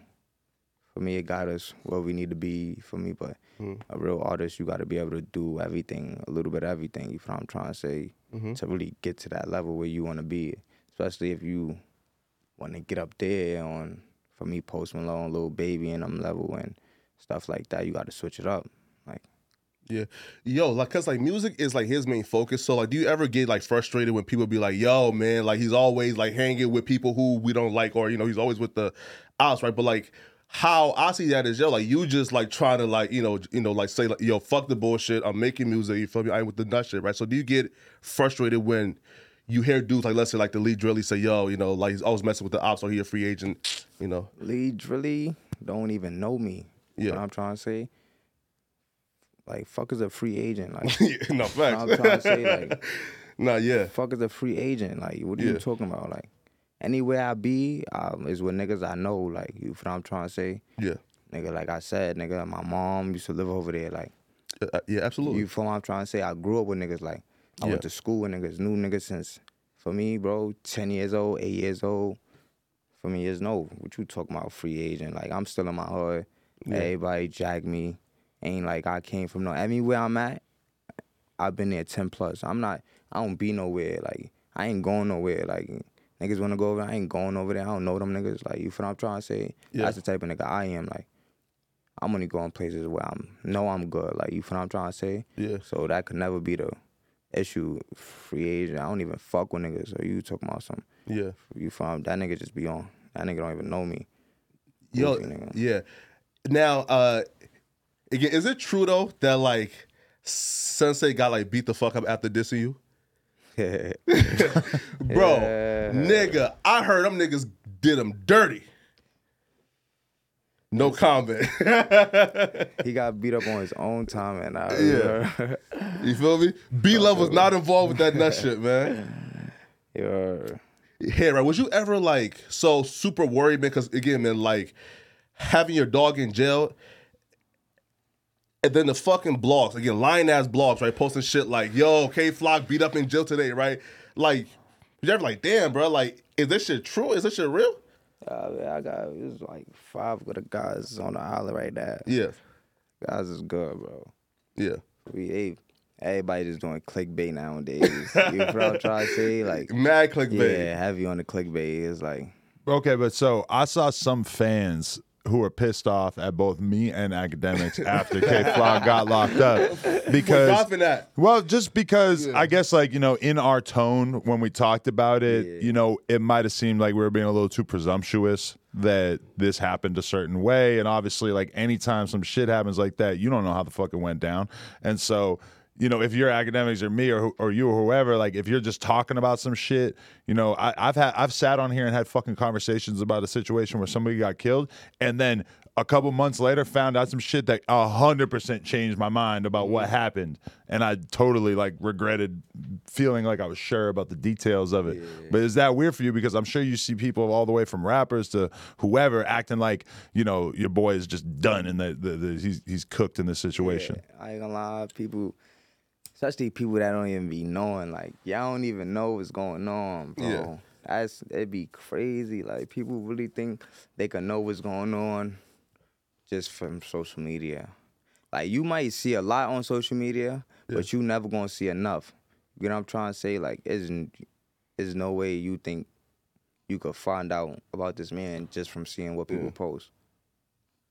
[SPEAKER 4] For me, it got us where we need to be. For me, but
[SPEAKER 2] Hmm.
[SPEAKER 4] a real artist, you got to be able to do everything, a little bit of everything. You what I'm trying to say
[SPEAKER 2] Mm-hmm.
[SPEAKER 4] to really get to that level where you want to be, especially if you want to get up there on. For me, Post Malone, Little Baby, and I'm level and stuff like that. You got to switch it up, like.
[SPEAKER 3] Yeah, yo, like, cause like music is like his main focus. So like, do you ever get like frustrated when people be like, "Yo, man, like he's always like hanging with people who we don't like," or you know, he's always with the outs, right? But like, how I see that is, yo, like you just like trying to like you know, you know, like say like, "Yo, fuck the bullshit. I'm making music. You feel me? I ain't with the nut shit, right?" So do you get frustrated when you hear dudes like, let's say like the lead drilly say, "Yo, you know, like he's always messing with the ops, or he a free agent," you know? [laughs]
[SPEAKER 4] Lee really don't even know me. You know
[SPEAKER 3] Yeah.
[SPEAKER 4] what I'm trying to say? Like, fuck is a free
[SPEAKER 3] [laughs]
[SPEAKER 4] agent. Like, you
[SPEAKER 3] Yeah, no
[SPEAKER 4] know
[SPEAKER 3] facts.
[SPEAKER 4] what I'm trying
[SPEAKER 3] [laughs]
[SPEAKER 4] to say? Like,
[SPEAKER 3] nah, yeah,
[SPEAKER 4] fuck is a free agent. Like, what are you
[SPEAKER 3] Yeah.
[SPEAKER 4] talking about? Like, anywhere I be um, is with niggas I know. Like, you know what I'm trying to say?
[SPEAKER 3] yeah,
[SPEAKER 4] Nigga, like I said, nigga, my mom used to live over there. Like,
[SPEAKER 3] Uh, yeah, absolutely.
[SPEAKER 4] you feel what I'm trying to say? I grew up with niggas. Like, I
[SPEAKER 3] Yeah.
[SPEAKER 4] went to school with niggas, new niggas since, for me, bro, 10 years old, 8 years old. For me, it's no, what you talking about, free agent? Like, I'm still in my hood. Everybody jack me. Ain't like I came from no, anywhere I'm at, I've been there 10 plus. I'm not, I don't be nowhere. Like, I ain't going nowhere. Like, niggas wanna go over there, I ain't going over there. I don't know them niggas. Like, you feel what I'm trying to say?
[SPEAKER 3] Yeah.
[SPEAKER 4] That's the type of nigga I am. Like, I'm only going places where I'm know I'm good. Like you feel what I'm trying to say?
[SPEAKER 3] Yeah.
[SPEAKER 4] So that could never be the issue. Free agent. I don't even fuck with niggas. So you talking about some
[SPEAKER 3] yeah.
[SPEAKER 4] you from that nigga just be on. That nigga don't even know me. [laughs]
[SPEAKER 3] Yo,
[SPEAKER 4] Goofy nigga.
[SPEAKER 3] yeah. Now, uh again, is it true though that like Sensei got like beat the fuck up after dissing you? Bro, nigga, I heard them niggas did him dirty. No comment. [laughs]
[SPEAKER 4] he got beat up on his own time and uh, I
[SPEAKER 3] Yeah. you feel me? B Love was not involved with that nut shit, man.
[SPEAKER 4] yeah.
[SPEAKER 3] Hey, right? Was you ever like so super worried, man? Because again, man, like having your dog in jail, and then the fucking blogs, again, lying ass blogs, right? Posting shit like, "Yo, K Flock beat up in jail today," right? Like, you ever like, damn, bro, like, is this shit true? Is this shit real?
[SPEAKER 4] Uh, man, I got it was like five of the guys on the island right now.
[SPEAKER 3] Yeah,
[SPEAKER 4] Guys is good, bro.
[SPEAKER 3] yeah,
[SPEAKER 4] We they, everybody just doing
[SPEAKER 3] [laughs]
[SPEAKER 4] clickbait nowadays. you feel what I'm trying to say? Like
[SPEAKER 3] mad clickbait.
[SPEAKER 4] Yeah, heavy on the clickbait. It's like
[SPEAKER 2] Okay, but so I saw some fans who were pissed off at both me and academics after K Flock got locked up
[SPEAKER 3] We're
[SPEAKER 2] because
[SPEAKER 3] dropping that.
[SPEAKER 2] [laughs] well, just because I guess like you know in our tone when we talked about it, you know, it might have seemed like we were being a little too presumptuous that this happened a certain way, and obviously like anytime some shit happens like that, you don't know how the fuck it went down, and so. You know, if you're academics or me or, who- or you or whoever, like if you're just talking about some shit, you know, I, I've had I've sat on here and had fucking conversations about a situation where somebody got killed, and then a couple months later found out some shit that 100% changed my mind about what happened and i totally like regretted feeling like i was sure about the details of it but is that weird for you because i'm sure you see people all the way from rappers to whoever acting like you know your boy is just done and that the, the, he's, he's cooked in this situation
[SPEAKER 4] I ain't gonna lie, people, especially people that don't even be knowing, like y'all don't even know what's going on, bro.
[SPEAKER 3] Yeah.
[SPEAKER 4] That's it'd be crazy. Like people really think they can know what's going on just from social media. Like you might see a lot on social media, but you never gonna see enough. You know what I'm trying to say? Like, isn't is no way you think you could find out about this man just from seeing what people post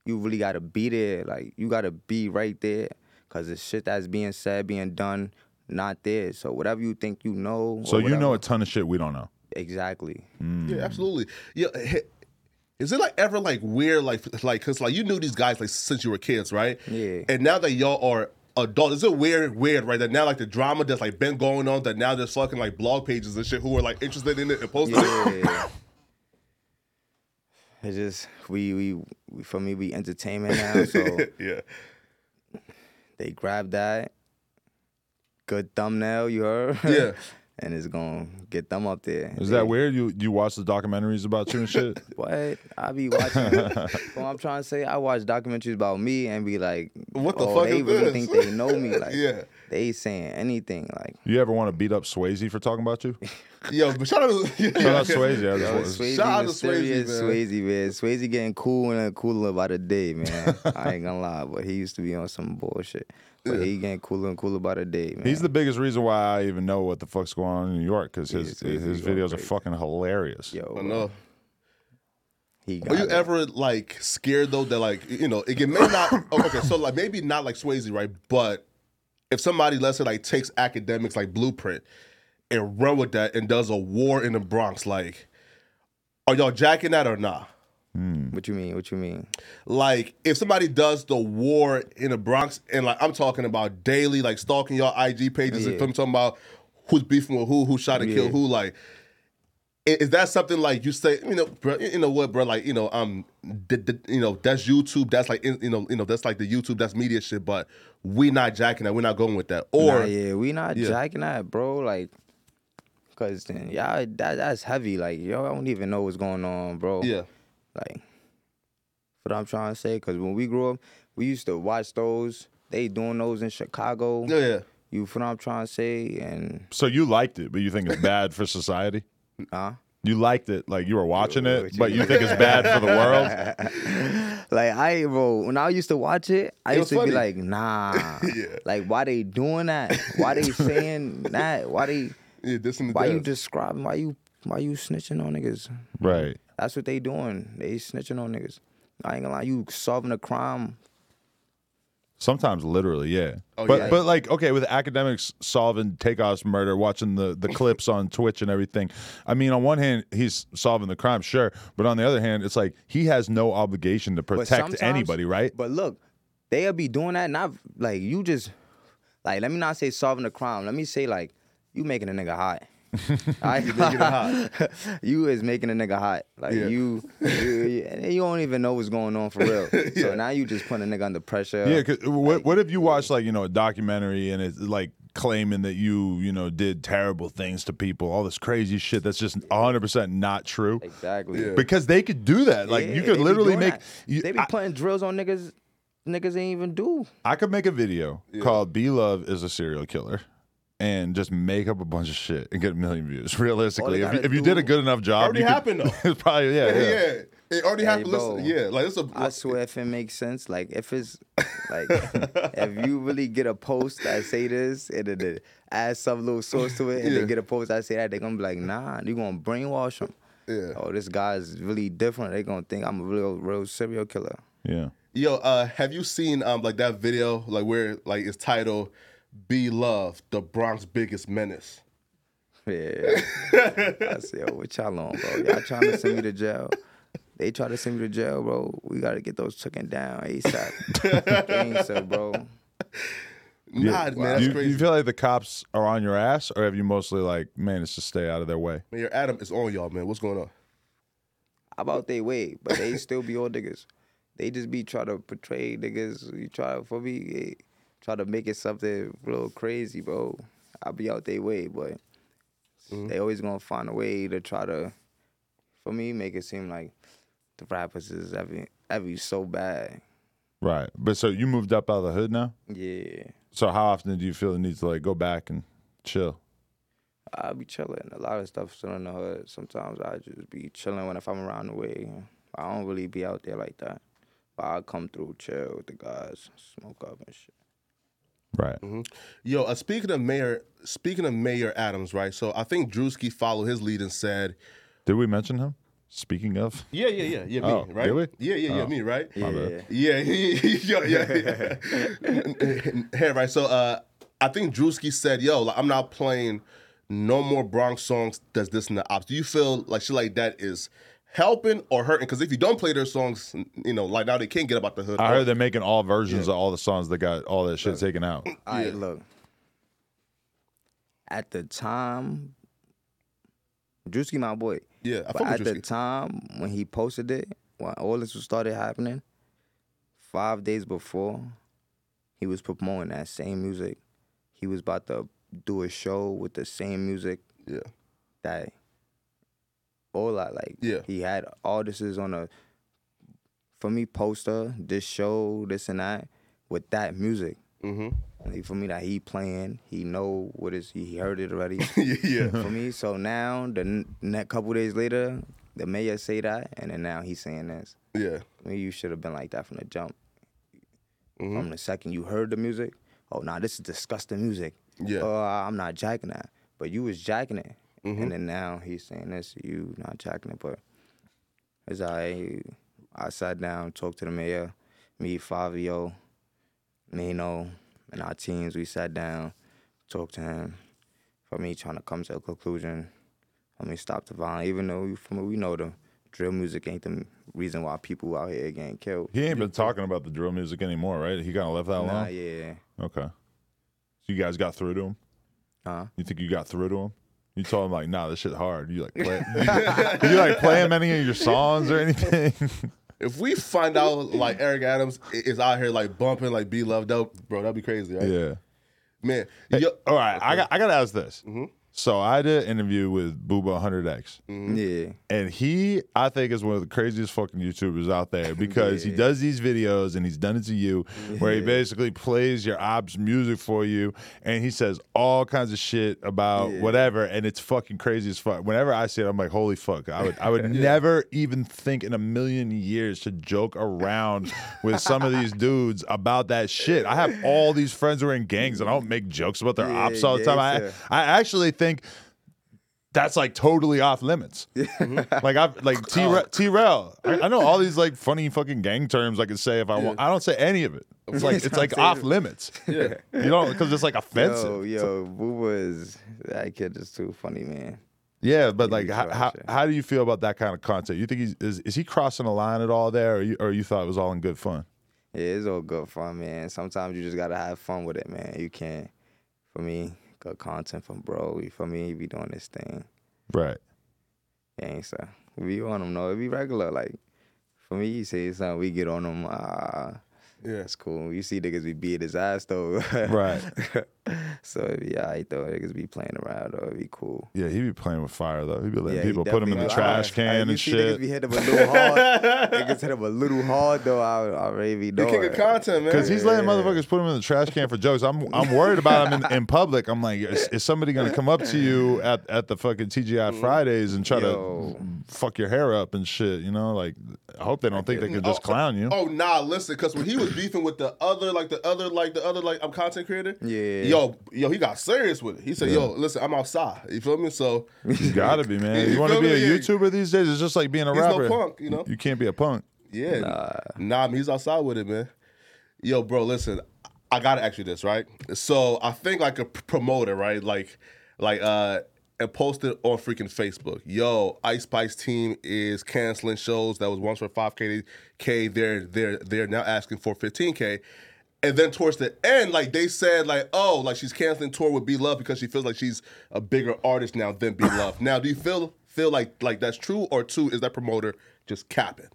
[SPEAKER 4] you really gotta be there. Like you gotta be right there, cause the shit that's being said, being done, not there. So whatever you think you know, or
[SPEAKER 2] so you know Hmm.
[SPEAKER 4] whatever-
[SPEAKER 2] a ton of shit we don't know
[SPEAKER 4] exactly.
[SPEAKER 3] Yeah,
[SPEAKER 2] Mm-hmm.
[SPEAKER 3] absolutely. Yeah, he- is it like ever like weird like like because like you knew these guys like since you were kids, right?
[SPEAKER 4] Yeah.
[SPEAKER 3] And now that y'all are adults. It's a weird, weird, right? That now like the drama that's like been going on. That now there's fucking like blog pages and shit who are like interested in it and posting it.
[SPEAKER 4] Yeah. [coughs] It's just we, we we for me we entertainment now, so
[SPEAKER 2] [laughs]
[SPEAKER 3] [laughs] Yeah,
[SPEAKER 4] they grab that good thumbnail you heard,
[SPEAKER 3] Yeah.
[SPEAKER 4] [laughs] and it's gonna get them up there.
[SPEAKER 2] Is
[SPEAKER 4] They-
[SPEAKER 2] that weird? You you watch the documentaries about you and shit?
[SPEAKER 4] What
[SPEAKER 3] [laughs]
[SPEAKER 4] I be watching? what I'm trying to say, I watch documentaries about me and be like,
[SPEAKER 3] What the
[SPEAKER 4] oh,
[SPEAKER 3] fuck
[SPEAKER 4] They
[SPEAKER 3] is
[SPEAKER 4] really
[SPEAKER 3] this?"
[SPEAKER 4] think they know
[SPEAKER 3] [laughs]
[SPEAKER 4] me, like,
[SPEAKER 3] Yeah.
[SPEAKER 4] they saying anything, like,
[SPEAKER 2] You ever want to beat up Swayze for talking about you?
[SPEAKER 3] yo, but shout out, to- [laughs]
[SPEAKER 2] Shout out Swayze. I
[SPEAKER 4] Yo,
[SPEAKER 2] just
[SPEAKER 4] Swayze
[SPEAKER 3] Shout out
[SPEAKER 4] was
[SPEAKER 3] to Swayze,
[SPEAKER 4] serious,
[SPEAKER 3] man.
[SPEAKER 4] Swayze, man. Swayze getting cool and cooler by the
[SPEAKER 3] [laughs]
[SPEAKER 4] day, man. I ain't gonna lie, but he used to be on some bullshit. But he getting cooler and cooler by the day, man.
[SPEAKER 2] He's the biggest reason why I even know what the fuck's going on in New York because his
[SPEAKER 4] Yeah, Swayze
[SPEAKER 2] his
[SPEAKER 4] going
[SPEAKER 2] videos are
[SPEAKER 4] crazy.
[SPEAKER 2] fucking hilarious.
[SPEAKER 4] yo.
[SPEAKER 3] I
[SPEAKER 4] bro,
[SPEAKER 3] know.
[SPEAKER 4] He got
[SPEAKER 3] Were you
[SPEAKER 4] it.
[SPEAKER 3] ever like scared though that like you know it can may
[SPEAKER 4] [coughs]
[SPEAKER 3] not oh, okay so like maybe not like Swayze right but if somebody let's say like takes academics like blueprint and run with that and does a war in the Bronx like are y'all jacking that or not
[SPEAKER 4] What you mean? What you mean?
[SPEAKER 3] like if somebody does the war in the Bronx and like I'm talking about daily like stalking y'all IG pages and
[SPEAKER 4] Yeah.
[SPEAKER 3] I'm talking about who's beefing with who who shot and killed
[SPEAKER 4] Yeah.
[SPEAKER 3] who like i- is that something like you say you know bro, you know what bro like you know um d- d- you know that's YouTube that's like in- you know you know that's like the YouTube that's media shit but we not jacking that we're not going with that or
[SPEAKER 4] nah, yeah, we not
[SPEAKER 3] Yeah.
[SPEAKER 4] jacking that, bro. Like, cause then yeah, that that's heavy. Like, yo, I don't even know what's going on, bro.
[SPEAKER 3] yeah
[SPEAKER 4] Like, what I'm trying to say, cause when we grew up, we used to watch those. They doing those in Chicago.
[SPEAKER 3] yeah yeah
[SPEAKER 4] You what I'm trying to say? And
[SPEAKER 2] So you liked it, but you think it's bad for society?
[SPEAKER 4] huh?
[SPEAKER 2] You liked it, like you were watching
[SPEAKER 4] what
[SPEAKER 2] it,
[SPEAKER 4] you
[SPEAKER 2] but you
[SPEAKER 4] mean?
[SPEAKER 2] think it's bad for the world?
[SPEAKER 4] [laughs] Like I bro, when I used to watch it, I
[SPEAKER 3] It was
[SPEAKER 4] used to
[SPEAKER 3] funny.
[SPEAKER 4] be like, nah.
[SPEAKER 3] [laughs]
[SPEAKER 4] Like why they doing that? Why they saying that? Why they
[SPEAKER 3] yeah this and the
[SPEAKER 4] why you
[SPEAKER 3] that.
[SPEAKER 4] describing why you why you snitching on niggas?
[SPEAKER 2] Right.
[SPEAKER 4] That's what they doing. They snitching on niggas. I ain't gonna lie, you solving a crime.
[SPEAKER 2] Sometimes literally, yeah.
[SPEAKER 4] Oh,
[SPEAKER 2] but
[SPEAKER 3] yeah.
[SPEAKER 2] but like okay, with academics solving takeoff's murder, watching the,
[SPEAKER 4] [laughs]
[SPEAKER 2] the clips on Twitch and everything. I mean, on one hand, he's solving the crime, sure, but on the other hand, it's like he has no obligation to
[SPEAKER 4] But
[SPEAKER 2] protect
[SPEAKER 4] sometimes-
[SPEAKER 2] anybody, right?
[SPEAKER 4] But look, they'll be doing that and I've like you just like let me not say solving a crime. Let me say like you making a nigga
[SPEAKER 2] [laughs]
[SPEAKER 4] hot. I, you hot. [laughs] you is making a nigga hot. Like
[SPEAKER 3] Yeah.
[SPEAKER 4] you, you, you-
[SPEAKER 2] [laughs]
[SPEAKER 4] and you don't even know what's going on for real. So now you just putting a nigga under pressure.
[SPEAKER 2] Yeah, 'cause what, what if you watch like you know a documentary and it's like claiming that you you know did terrible things to people, all this crazy shit that's just 100 percent not true.
[SPEAKER 4] exactly.
[SPEAKER 2] Because they could do that. Like
[SPEAKER 4] Yeah,
[SPEAKER 2] you
[SPEAKER 4] they
[SPEAKER 2] could
[SPEAKER 4] be
[SPEAKER 2] literally
[SPEAKER 4] doing
[SPEAKER 2] make.
[SPEAKER 4] that.
[SPEAKER 2] You,
[SPEAKER 4] they be
[SPEAKER 2] I,
[SPEAKER 4] putting drills on niggas. Niggas ain't even do.
[SPEAKER 2] I could make a video called "B Love is a serial killer." And just make up a bunch of shit and get a million views. [laughs] Realistically, if you,
[SPEAKER 4] gotta
[SPEAKER 2] if you did
[SPEAKER 4] do-
[SPEAKER 2] a good enough job,
[SPEAKER 3] Already
[SPEAKER 2] you could-
[SPEAKER 3] happened, though.
[SPEAKER 2] [laughs] it's probably yeah, yeah.
[SPEAKER 3] [laughs] yeah it already
[SPEAKER 4] Hey,
[SPEAKER 3] happened listen
[SPEAKER 4] bro.
[SPEAKER 3] yeah like it's a
[SPEAKER 4] I swear, if it makes sense, like if it's
[SPEAKER 3] [laughs]
[SPEAKER 4] like if you really get a post that say this and then it add some little source to it, and
[SPEAKER 3] Yeah.
[SPEAKER 4] they get a post that say that, they're gonna be like, nah, you gonna brainwash them.
[SPEAKER 3] Yeah.
[SPEAKER 4] Oh, this guy's really different. They gonna think I'm a real, real serial killer.
[SPEAKER 2] yeah.
[SPEAKER 3] Yo, uh, have you seen um like that video like where like it's titled "Be Love, the Bronx Biggest Menace"? [laughs]
[SPEAKER 4] Yeah. I said, yo, what y'all on, bro? Y'all trying to send me to jail. They try to send me to jail, bro. We gotta get those taken down ASAP. Gangster, bro.
[SPEAKER 3] Nah, man, that's
[SPEAKER 2] you,
[SPEAKER 3] crazy.
[SPEAKER 2] you feel like the cops are on your ass, or have you mostly like managed to stay out of their way?
[SPEAKER 3] man, your Adam is on y'all, man. What's going on?
[SPEAKER 4] How about they way, but they still be all niggas. They just be trying to portray niggas. You try for me, eh, try to make it something real crazy, bro. I be out their way, but they always gonna find a way to try to, for me, make it seem like the rappers is every every so bad.
[SPEAKER 2] Right. But so you moved up out of the hood now?
[SPEAKER 4] Yeah,
[SPEAKER 2] So how often do you feel the need to like go back and chill?
[SPEAKER 4] I be chilling. A lot of stuff still in the hood. Sometimes I just be chilling when if I'm around the way. I don't really be out there like that. But I come through, chill with the guys, smoke up and shit.
[SPEAKER 2] Right.
[SPEAKER 4] Mm-hmm.
[SPEAKER 3] Yo, uh, speaking of Mayor, speaking of Mayor Adams, right? So I think Drewski followed his lead and said,
[SPEAKER 2] Did we mention him? Speaking of,
[SPEAKER 3] "Yeah, yeah, yeah, yeah, me,
[SPEAKER 2] Oh,
[SPEAKER 3] right?
[SPEAKER 2] did we?
[SPEAKER 3] Yeah, yeah, yeah, me, right?
[SPEAKER 4] Yeah.
[SPEAKER 3] Yeah, yeah, [laughs] yeah, yeah. hey, right. So uh, I think Drewski said, "Yo, like, I'm not playing no more Bronx songs. Does this and the ops? Do you feel like shit like that is helping or hurting. Because if you don't play their songs, you know, like now they can't get about the hood.
[SPEAKER 2] I heard they're making all versions of all the songs that got all that shit taken out.
[SPEAKER 4] All right, look. At the time, Drewski, my boy.
[SPEAKER 3] Yeah, I
[SPEAKER 4] but
[SPEAKER 3] fuck
[SPEAKER 4] at
[SPEAKER 3] with
[SPEAKER 4] the
[SPEAKER 3] Drewski.
[SPEAKER 4] time when he posted it, when all this was started happening, five days before, he was promoting that same music. He was about to do a show with the same music
[SPEAKER 3] yeah,
[SPEAKER 4] that Ola like.
[SPEAKER 3] Yeah.
[SPEAKER 4] He had all this is on a for me poster, this show, this and that, with that music. Mm-hmm. Like, for me, that he playing, he know what is he heard it already.
[SPEAKER 3] [laughs] [laughs]
[SPEAKER 2] [laughs]
[SPEAKER 3] yeah,
[SPEAKER 4] for me, so now the n- next couple days later, the mayor say that, and then now he's saying this.
[SPEAKER 3] yeah.
[SPEAKER 4] I mean, you should have been like that from the jump.
[SPEAKER 3] Mm-hmm.
[SPEAKER 4] From the second you heard the music, oh, nah, this is disgusting music.
[SPEAKER 3] Yeah.
[SPEAKER 4] Oh, I'm not jacking that. But you was jacking it.
[SPEAKER 3] Mm-hmm.
[SPEAKER 4] And then now he's saying this, you not jacking it. But as I, I sat down, talked to the mayor, me, Fabio, Nino, and our teams, we sat down, talked to him. For me, trying to come to a conclusion, let me stop the violence. Even though we, from, we know the drill music ain't the reason why people out here getting killed.
[SPEAKER 2] He ain't been talking about the drill music anymore, right? He kind of left that alone.
[SPEAKER 4] Nah, yeah.
[SPEAKER 2] Okay. So you guys got through to him?
[SPEAKER 4] Huh?
[SPEAKER 2] You think you got through to him? You told him like, nah, this shit hard. You like
[SPEAKER 4] [laughs]
[SPEAKER 2] play [laughs] Did you like play him any of your songs or anything? [laughs]
[SPEAKER 3] If we find out like Eric Adams i- is out here like bumping like "Be Loved Up," bro, that'd be crazy, right?
[SPEAKER 2] yeah.
[SPEAKER 3] man. yo-
[SPEAKER 2] All right. I got I gotta ask this.
[SPEAKER 4] Mm-hmm.
[SPEAKER 2] So I did an interview with Booba 100X.
[SPEAKER 4] Yeah.
[SPEAKER 2] And he, I think, is one of the craziest fucking YouTubers out there because he does these videos and he's done it to you where he basically plays your ops music for you and he says all kinds of shit about whatever and it's fucking crazy as fuck. Whenever I see it, I'm like, holy fuck. I would I would never even think in a million years to joke around with some of these dudes about that shit. I have all these friends who are in gangs and I don't make jokes about their ops all the
[SPEAKER 4] yeah,
[SPEAKER 2] time.
[SPEAKER 4] yeah.
[SPEAKER 2] I, I actually think that's like totally off limits. Mm-hmm. like I've like T
[SPEAKER 4] Oh.
[SPEAKER 2] T Rel. I, I know all these like funny fucking gang terms I could say if I want. I don't say any of it. It's like it's like
[SPEAKER 4] [laughs]
[SPEAKER 2] off limits. Yeah, you know, because it's like offensive.
[SPEAKER 4] Yo, yo, Booba is, that kid is too funny, man.
[SPEAKER 2] yeah, but like,
[SPEAKER 4] he's
[SPEAKER 2] how, how
[SPEAKER 4] trash, yeah.
[SPEAKER 2] how do you feel about that kind of content? You think he's is, is he crossing a line at all there, or you or you thought it was all in good fun?
[SPEAKER 4] Yeah, it's all good fun, man. Sometimes you just gotta have fun with it, man. You can't, for me, good content from bro. You for me, he be doing this thing.
[SPEAKER 2] Right.
[SPEAKER 4] Yeah, so we on him, no, it be regular. Like for me, you say something, we get on him. Uh, yeah, it's cool. You see niggas be beat his ass though.
[SPEAKER 2] Right.
[SPEAKER 4] [laughs] so it be alright though. Niggas be playing around though. It be cool.
[SPEAKER 2] Yeah, he be playing with fire though. He be letting
[SPEAKER 4] Yeah, he
[SPEAKER 2] people put him in
[SPEAKER 4] definitely
[SPEAKER 2] the
[SPEAKER 4] be
[SPEAKER 2] trash
[SPEAKER 4] hard. Like,
[SPEAKER 2] can
[SPEAKER 4] you
[SPEAKER 2] and
[SPEAKER 4] see Niggas
[SPEAKER 2] shit.
[SPEAKER 4] be hit him a little
[SPEAKER 2] [laughs]
[SPEAKER 4] hard. niggas hit him a little hard though. I, I already know.
[SPEAKER 3] the king
[SPEAKER 4] it.
[SPEAKER 3] of content, man.
[SPEAKER 2] Because he's letting motherfuckers put him in the trash can for jokes. I'm I'm worried about him in, in public. I'm like, is, is somebody gonna come up to you at, at the fucking
[SPEAKER 3] Mm-hmm.
[SPEAKER 2] TGI Fridays and try
[SPEAKER 4] Yo.
[SPEAKER 2] to fuck your hair up and shit? You know, like I hope they don't think they can just clown you.
[SPEAKER 3] Oh nah, listen, cause when he was beefing with the other, like the other, like the other, like I'm content creator.
[SPEAKER 4] Yeah.
[SPEAKER 3] Yo, yo, he got serious with it. He said, "Yo, listen, I'm outside. You feel me? So
[SPEAKER 2] You gotta be man. You want to
[SPEAKER 3] feel
[SPEAKER 2] be a
[SPEAKER 3] me? Yeah.
[SPEAKER 2] YouTuber these days? It's just like being a
[SPEAKER 3] He's no
[SPEAKER 2] rapper.
[SPEAKER 3] punk, you know?
[SPEAKER 2] You can't be a punk.
[SPEAKER 3] yeah, nah, I mean, he's outside with it, man. Yo, bro, listen, I gotta ask you this, right? So I think like a p- promoter, right? Like, like uh. And posted on freaking Facebook. Yo, Ice Spice team is canceling shows that was once for 5K. K, they're they're they're now asking for 15K. And then towards the end, like they said, like, oh, like she's canceling tour with Be Love because she feels like she's a bigger artist now than Be Love. now, do you feel feel like like that's true, or two, is that promoter just capping?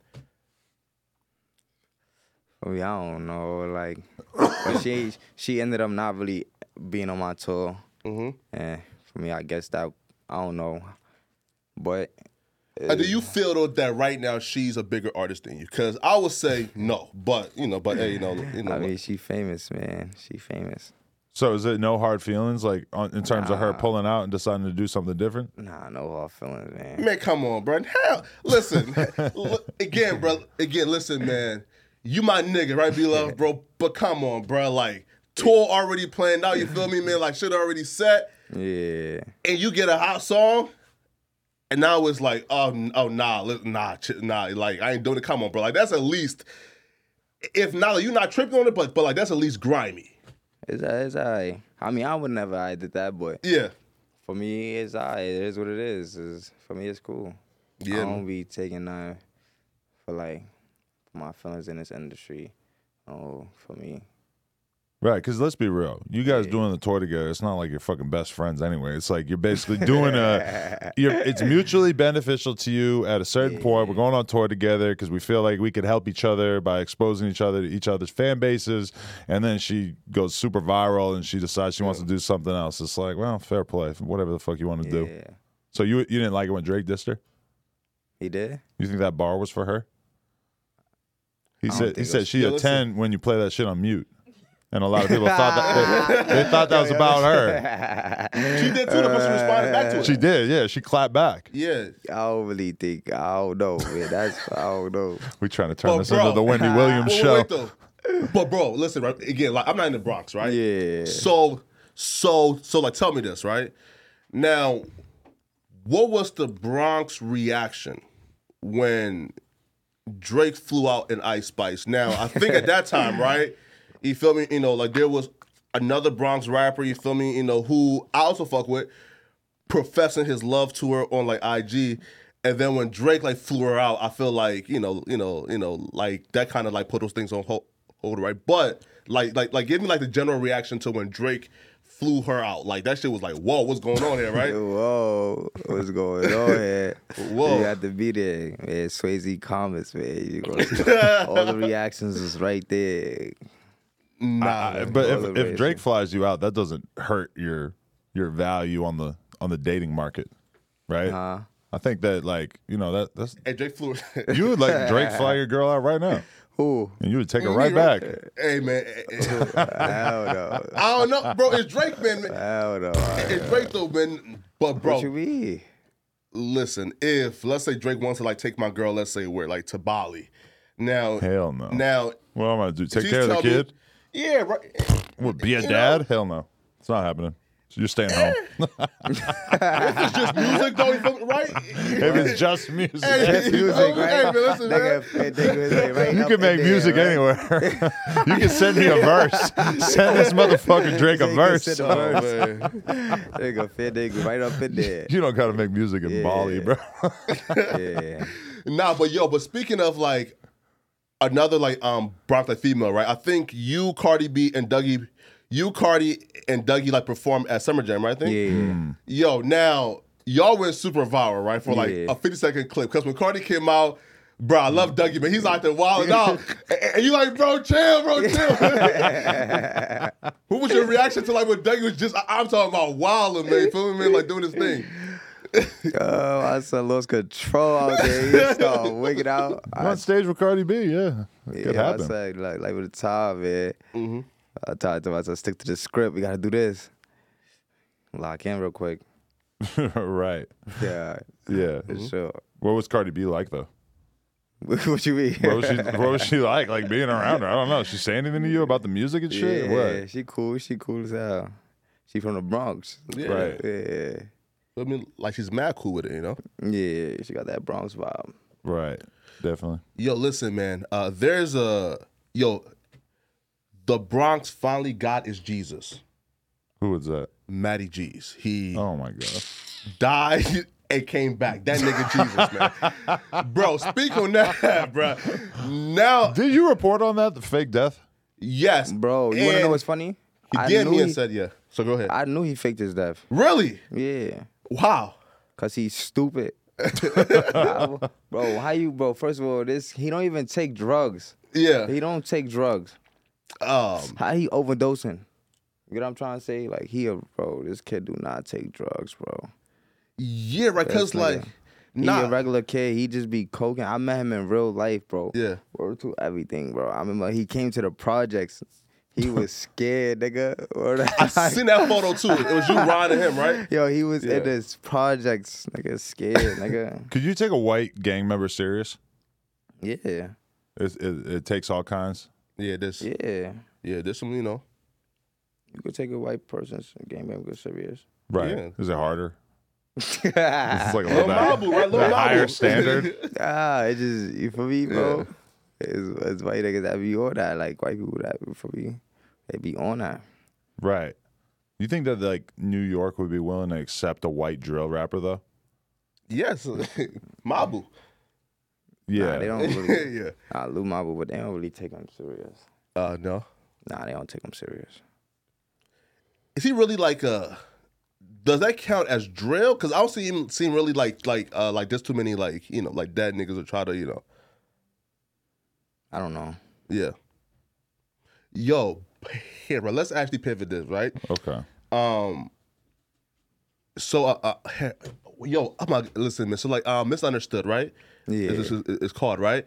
[SPEAKER 4] I, mean, I don't know, like,
[SPEAKER 2] [coughs]
[SPEAKER 4] but she she ended up not really being on my tour, mm-hmm. and for me, I guess that I don't know, but
[SPEAKER 3] Uh, do you feel though that right now she's a bigger artist than you? Because I would say no, but you know, but hey, you know, you know,
[SPEAKER 4] I mean, she famous, man. She famous.
[SPEAKER 2] So is it no hard feelings like on, in terms of her pulling out and deciding to do something different?
[SPEAKER 4] Nah, no hard feelings, man.
[SPEAKER 3] man, come on, bro. Hell,
[SPEAKER 4] [laughs]
[SPEAKER 3] listen, Look, again, bro, again, listen, man. You my nigga, right, Be Love, bro? But come on, bro, like tour already planned out. You feel me, man? Like shit already set.
[SPEAKER 4] Yeah,
[SPEAKER 3] and you get a hot song, and now it's like, oh, n- oh nah, li- nah, ch- nah, like I ain't doing it. Come on, bro. Like that's at least, if not, like, you're not tripping on it, but but like that's at least grimy.
[SPEAKER 4] it's a- it's alright. I mean, I would never I did that, but
[SPEAKER 3] Yeah,
[SPEAKER 4] for me, it's alright. It is what it is. It's, for me, it's cool.
[SPEAKER 3] Yeah,
[SPEAKER 4] I don't be taking none for like my feelings in this industry. Oh, for me,
[SPEAKER 2] Right, because let's be real. You guys doing the tour together, it's not like you're fucking best friends anyway. It's like you're basically doing a. You're, it's mutually beneficial to you at a certain point. We're going on tour together because we feel like we could help each other by exposing each other to each other's fan bases. And then she goes super viral and she decides she wants to do something else. It's like, well, fair play, whatever the fuck you want to do.
[SPEAKER 4] yeah,
[SPEAKER 2] So you you didn't like it when Drake dissed her.
[SPEAKER 4] he did. [laughs]
[SPEAKER 2] You think that bar was for her? He
[SPEAKER 4] don't
[SPEAKER 2] said
[SPEAKER 4] think
[SPEAKER 2] he
[SPEAKER 4] it
[SPEAKER 2] said
[SPEAKER 4] was-
[SPEAKER 2] she
[SPEAKER 3] Yo,
[SPEAKER 2] a
[SPEAKER 3] listen.
[SPEAKER 2] ten when you play that shit on mute. And a lot of people thought that
[SPEAKER 3] [laughs]
[SPEAKER 2] they, they thought that was about her.
[SPEAKER 3] She did too, though, but she responded back to it.
[SPEAKER 2] She did, yeah. She clapped back.
[SPEAKER 3] yeah.
[SPEAKER 4] I don't really think. I don't know. Man. That's I don't know.
[SPEAKER 2] We trying to turn
[SPEAKER 3] But
[SPEAKER 2] this
[SPEAKER 3] bro-
[SPEAKER 2] into the
[SPEAKER 3] [laughs]
[SPEAKER 2] Wendy Williams
[SPEAKER 3] Wait,
[SPEAKER 2] show.
[SPEAKER 3] wait, though. But bro, listen, right? Again, like I'm not in the Bronx, right?
[SPEAKER 4] Yeah.
[SPEAKER 3] So, so, so, like, tell me this, right? Now, what was the Bronx reaction when Drake flew out in Ice Spice? Now, I think at that time,
[SPEAKER 2] [laughs]
[SPEAKER 3] right? You feel me? You know, like there was another Bronx rapper. You feel me? You know who I also fuck with, professing his love to her on like IG. And then when Drake like flew her out, I feel like you know, you know, you know, like that kind of like put those things on hold, hold, right? But like, like, like, give me like the general reaction to when Drake flew her out. Like that shit was like, whoa, what's going on
[SPEAKER 2] [laughs]
[SPEAKER 3] here, right?
[SPEAKER 4] Whoa, what's going on here?
[SPEAKER 3] Whoa.
[SPEAKER 4] You have to be there, man. Swayze comments, man.
[SPEAKER 3] [laughs]
[SPEAKER 4] You gonna, all the reactions is right there.
[SPEAKER 3] nah,
[SPEAKER 2] Uh, but if, if
[SPEAKER 4] Motivation.
[SPEAKER 2] Drake flies you out, that doesn't hurt your your value on the on the dating market, right?
[SPEAKER 3] Uh-huh.
[SPEAKER 2] I think that like you know that that's
[SPEAKER 3] Hey, Drake flew. [laughs]
[SPEAKER 2] you would like Drake fly your girl out right now,
[SPEAKER 4] Who?
[SPEAKER 2] and you would take her right back. [laughs]
[SPEAKER 3] hey man, eh, eh,
[SPEAKER 4] Hell no.
[SPEAKER 3] I don't know, bro. It's Drake, man. man.
[SPEAKER 4] Hell no.
[SPEAKER 3] It's Drake though, man. But
[SPEAKER 4] What you
[SPEAKER 3] bro,
[SPEAKER 4] mean?
[SPEAKER 3] listen. If let's say Drake wants to like take my girl, let's say where like to Bali. Now,
[SPEAKER 2] Hell no.
[SPEAKER 3] now,
[SPEAKER 2] What am I gonna do? Take
[SPEAKER 3] she's
[SPEAKER 2] care of the
[SPEAKER 3] telling me-
[SPEAKER 2] kid.
[SPEAKER 3] yeah, right.
[SPEAKER 2] What, be a dad? Hell no. It's not happening. So you're staying home.
[SPEAKER 3] It's just music though, you feel me? right?
[SPEAKER 2] [laughs] [laughs] if it's just music.
[SPEAKER 3] Hey,
[SPEAKER 4] Music,
[SPEAKER 3] hey, man,
[SPEAKER 4] right?
[SPEAKER 3] listen, man.
[SPEAKER 4] Nigga, it- nigga was like right
[SPEAKER 2] You
[SPEAKER 4] up
[SPEAKER 2] can
[SPEAKER 4] in
[SPEAKER 2] make
[SPEAKER 4] there,
[SPEAKER 2] music
[SPEAKER 4] right? [laughs]
[SPEAKER 2] anywhere. you can send me a verse. Send this motherfucker Drake a
[SPEAKER 4] Nigga
[SPEAKER 2] verse.
[SPEAKER 4] said, "Oh, man." [laughs] Nigga, fit nigga right up
[SPEAKER 2] [laughs]
[SPEAKER 4] in there.
[SPEAKER 2] You don't gotta make music in Bali,
[SPEAKER 4] [laughs]
[SPEAKER 2] bro.
[SPEAKER 4] Yeah.
[SPEAKER 3] Nah, but yo, but speaking of like another like um Bronx like female, right? I think you, Cardi B, and Dougie, you, Cardi, and Dougie like performed at Summer Jam, right? I think.
[SPEAKER 4] Yeah.
[SPEAKER 2] Hmm.
[SPEAKER 3] Yo, now y'all went super viral, right? For like
[SPEAKER 4] Yeah.
[SPEAKER 3] a fifty second clip, because when Cardi came out. Bro, I love Dougie, but he's out there wilding [laughs] out, and and you like, bro, chill, bro, [laughs] chill. what was your reaction to like when Dougie was just? I- I'm talking about wilding, man, You feel me, man, like doing his thing.
[SPEAKER 4] Oh, I said lost control out there.
[SPEAKER 3] [laughs]
[SPEAKER 4] He started wigging out.
[SPEAKER 2] I'm on stage with Cardi B, yeah. It could
[SPEAKER 4] yeah, I
[SPEAKER 2] happen.
[SPEAKER 4] said, like, like with the time, man. I talked to myself, stick to the script. We gotta do this. Lock in real quick.
[SPEAKER 2] [laughs] right.
[SPEAKER 4] Yeah,
[SPEAKER 2] Yeah.
[SPEAKER 4] for sure. [laughs]
[SPEAKER 2] What was Cardi B like though?
[SPEAKER 4] what you mean?
[SPEAKER 2] What was
[SPEAKER 4] [laughs]
[SPEAKER 2] she what was she like? Like being around her? I don't know. She say anything to you about the music and shit?
[SPEAKER 4] yeah,
[SPEAKER 2] What?
[SPEAKER 4] she cool. She cool as hell. She from the Bronx.
[SPEAKER 2] Right.
[SPEAKER 4] Yeah,
[SPEAKER 3] I mean, like she's mad cool with it, you know.
[SPEAKER 4] yeah. She got that Bronx vibe.
[SPEAKER 2] Right. Definitely.
[SPEAKER 3] Yo, listen, man. Uh, there's a yo. The Bronx finally got is Jesus,
[SPEAKER 2] Who was that?
[SPEAKER 3] Matty G's. He
[SPEAKER 2] Oh my
[SPEAKER 4] [laughs]
[SPEAKER 2] god.
[SPEAKER 3] died [laughs] and came back. That nigga Jesus, man. bro, speak on that, [laughs] bro. Now,
[SPEAKER 2] Did you report on that? The fake death?
[SPEAKER 3] yes,
[SPEAKER 4] Bro, you wanna know
[SPEAKER 3] and
[SPEAKER 4] what's funny?
[SPEAKER 3] He
[SPEAKER 4] I
[SPEAKER 3] did
[SPEAKER 4] knew
[SPEAKER 3] me and
[SPEAKER 4] he-
[SPEAKER 3] said, yeah. So go ahead.
[SPEAKER 4] I knew he faked his death.
[SPEAKER 3] really?
[SPEAKER 4] Yeah.
[SPEAKER 3] Wow.
[SPEAKER 4] Cause he's stupid. [laughs] bro, how you bro, first of all, this he don't even take drugs.
[SPEAKER 3] Yeah.
[SPEAKER 4] He don't take drugs.
[SPEAKER 3] Um.
[SPEAKER 4] How he overdosing? You know what I'm trying to say? Like he a bro, this kid do not take drugs, bro.
[SPEAKER 3] Yeah. Right. Cause
[SPEAKER 4] That's
[SPEAKER 3] like,
[SPEAKER 4] nigga. He
[SPEAKER 3] nah.
[SPEAKER 4] a regular kid. He just be coking. I met him in real life, bro.
[SPEAKER 3] Yeah.
[SPEAKER 4] Word to everything, bro. I remember he came to the projects.
[SPEAKER 3] [laughs]
[SPEAKER 4] He was scared, nigga. [laughs] Word
[SPEAKER 3] I seen that photo too. It
[SPEAKER 4] [laughs]
[SPEAKER 3] was you, Ron, and him, right?
[SPEAKER 4] Yo, he was
[SPEAKER 3] Yeah.
[SPEAKER 4] in his projects, nigga, scared,
[SPEAKER 3] [laughs]
[SPEAKER 4] nigga.
[SPEAKER 2] Could you take a white gang member serious?
[SPEAKER 4] Yeah.
[SPEAKER 2] It, it, it takes all kinds.
[SPEAKER 3] Yeah. This. Yeah.
[SPEAKER 4] Yeah.
[SPEAKER 3] This. Some. You know.
[SPEAKER 4] You could take a white person's game and go serious.
[SPEAKER 2] Right.
[SPEAKER 3] Yeah.
[SPEAKER 2] Is it harder? It's
[SPEAKER 4] ah,
[SPEAKER 2] like a little
[SPEAKER 3] Lil
[SPEAKER 2] bit
[SPEAKER 3] Mabu, right? Lil
[SPEAKER 2] the higher
[SPEAKER 3] Mabu.
[SPEAKER 4] [laughs]
[SPEAKER 2] standard.
[SPEAKER 3] [laughs]
[SPEAKER 4] it just you for me, bro. It's, it's white niggas that be on that, like white people that for me, they be on that.
[SPEAKER 2] Right. You think that like New York would be willing to accept a white drill rapper though?
[SPEAKER 3] Yes, [laughs] Mabu.
[SPEAKER 2] Yeah.
[SPEAKER 4] Nah, they don't
[SPEAKER 3] [laughs]
[SPEAKER 4] really.
[SPEAKER 3] yeah.
[SPEAKER 4] Nah, Lou Marble, but they don't really take him serious.
[SPEAKER 3] Uh, no.
[SPEAKER 4] Nah, they don't take him serious.
[SPEAKER 3] Is he really like a? Does that count as drill? Because I don't see him seem really like like uh like there's too many like you know like dead niggas who try to you know
[SPEAKER 4] I don't know.
[SPEAKER 3] yeah. Yo, here, bro, let's actually pivot this right.
[SPEAKER 2] okay.
[SPEAKER 3] Um. So, uh, uh yo, I'm like, listen, man. So, like, uh, misunderstood, right?
[SPEAKER 4] Yeah.
[SPEAKER 3] It's, it's, it's called right.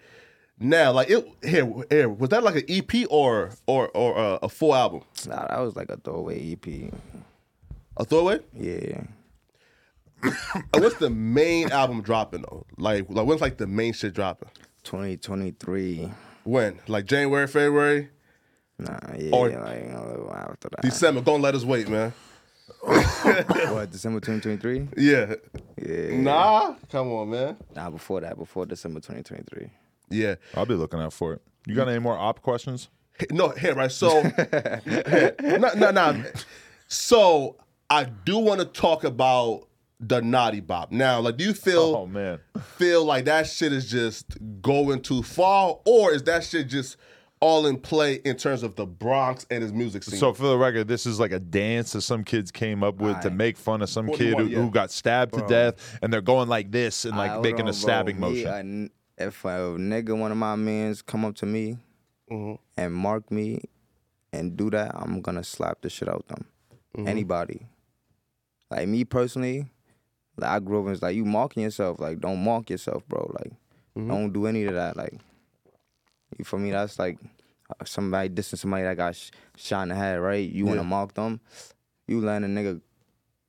[SPEAKER 3] Now, like, it here, here was that like an EP or or or uh, a full album?
[SPEAKER 4] Nah, that was like a throwaway EP.
[SPEAKER 3] A throwaway?
[SPEAKER 4] Yeah.
[SPEAKER 3] Uh, what's the main album dropping though? Like, like when's like the main shit dropping?
[SPEAKER 4] 2023.
[SPEAKER 3] When? Like January, February,
[SPEAKER 4] Nah, yeah,
[SPEAKER 3] Or-
[SPEAKER 4] like a little while after that.
[SPEAKER 3] December? Don't let us wait, man.
[SPEAKER 4] What, December 2023?
[SPEAKER 3] Yeah.
[SPEAKER 4] Yeah.
[SPEAKER 3] Nah, come on, man.
[SPEAKER 4] Nah, before that, before December 2023.
[SPEAKER 3] Yeah.
[SPEAKER 2] I'll be looking out for it. You got any more op questions?
[SPEAKER 3] No, here,
[SPEAKER 2] [laughs]
[SPEAKER 3] right? So, [laughs] no, no, no. So, I do want to talk about the naughty bop. Now, like, do you feel
[SPEAKER 2] Oh man.
[SPEAKER 3] feel like that shit is just going too far, or is that shit just all in play in terms of the Bronx and his music scene?
[SPEAKER 2] So for the record, this is like a dance that some kids came up with to make fun of some kid who,
[SPEAKER 3] 41, yeah.
[SPEAKER 2] who got stabbed to death, and they're going like this and like
[SPEAKER 4] I-
[SPEAKER 2] making
[SPEAKER 4] hold
[SPEAKER 2] a
[SPEAKER 4] on,
[SPEAKER 2] stabbing
[SPEAKER 4] bro. Me,
[SPEAKER 2] motion.
[SPEAKER 4] a n- if a nigga, one of my mans, come up to me and mark me and do that, I'm gonna slap the shit out them. Anybody. Like me personally, like I grew up and it's like you marking yourself. Like don't mark yourself, bro. Like don't do any of that. Like you for me, that's like uh, somebody dissing somebody that got sh- shot in the head, right? You wanna mark them, you letting a nigga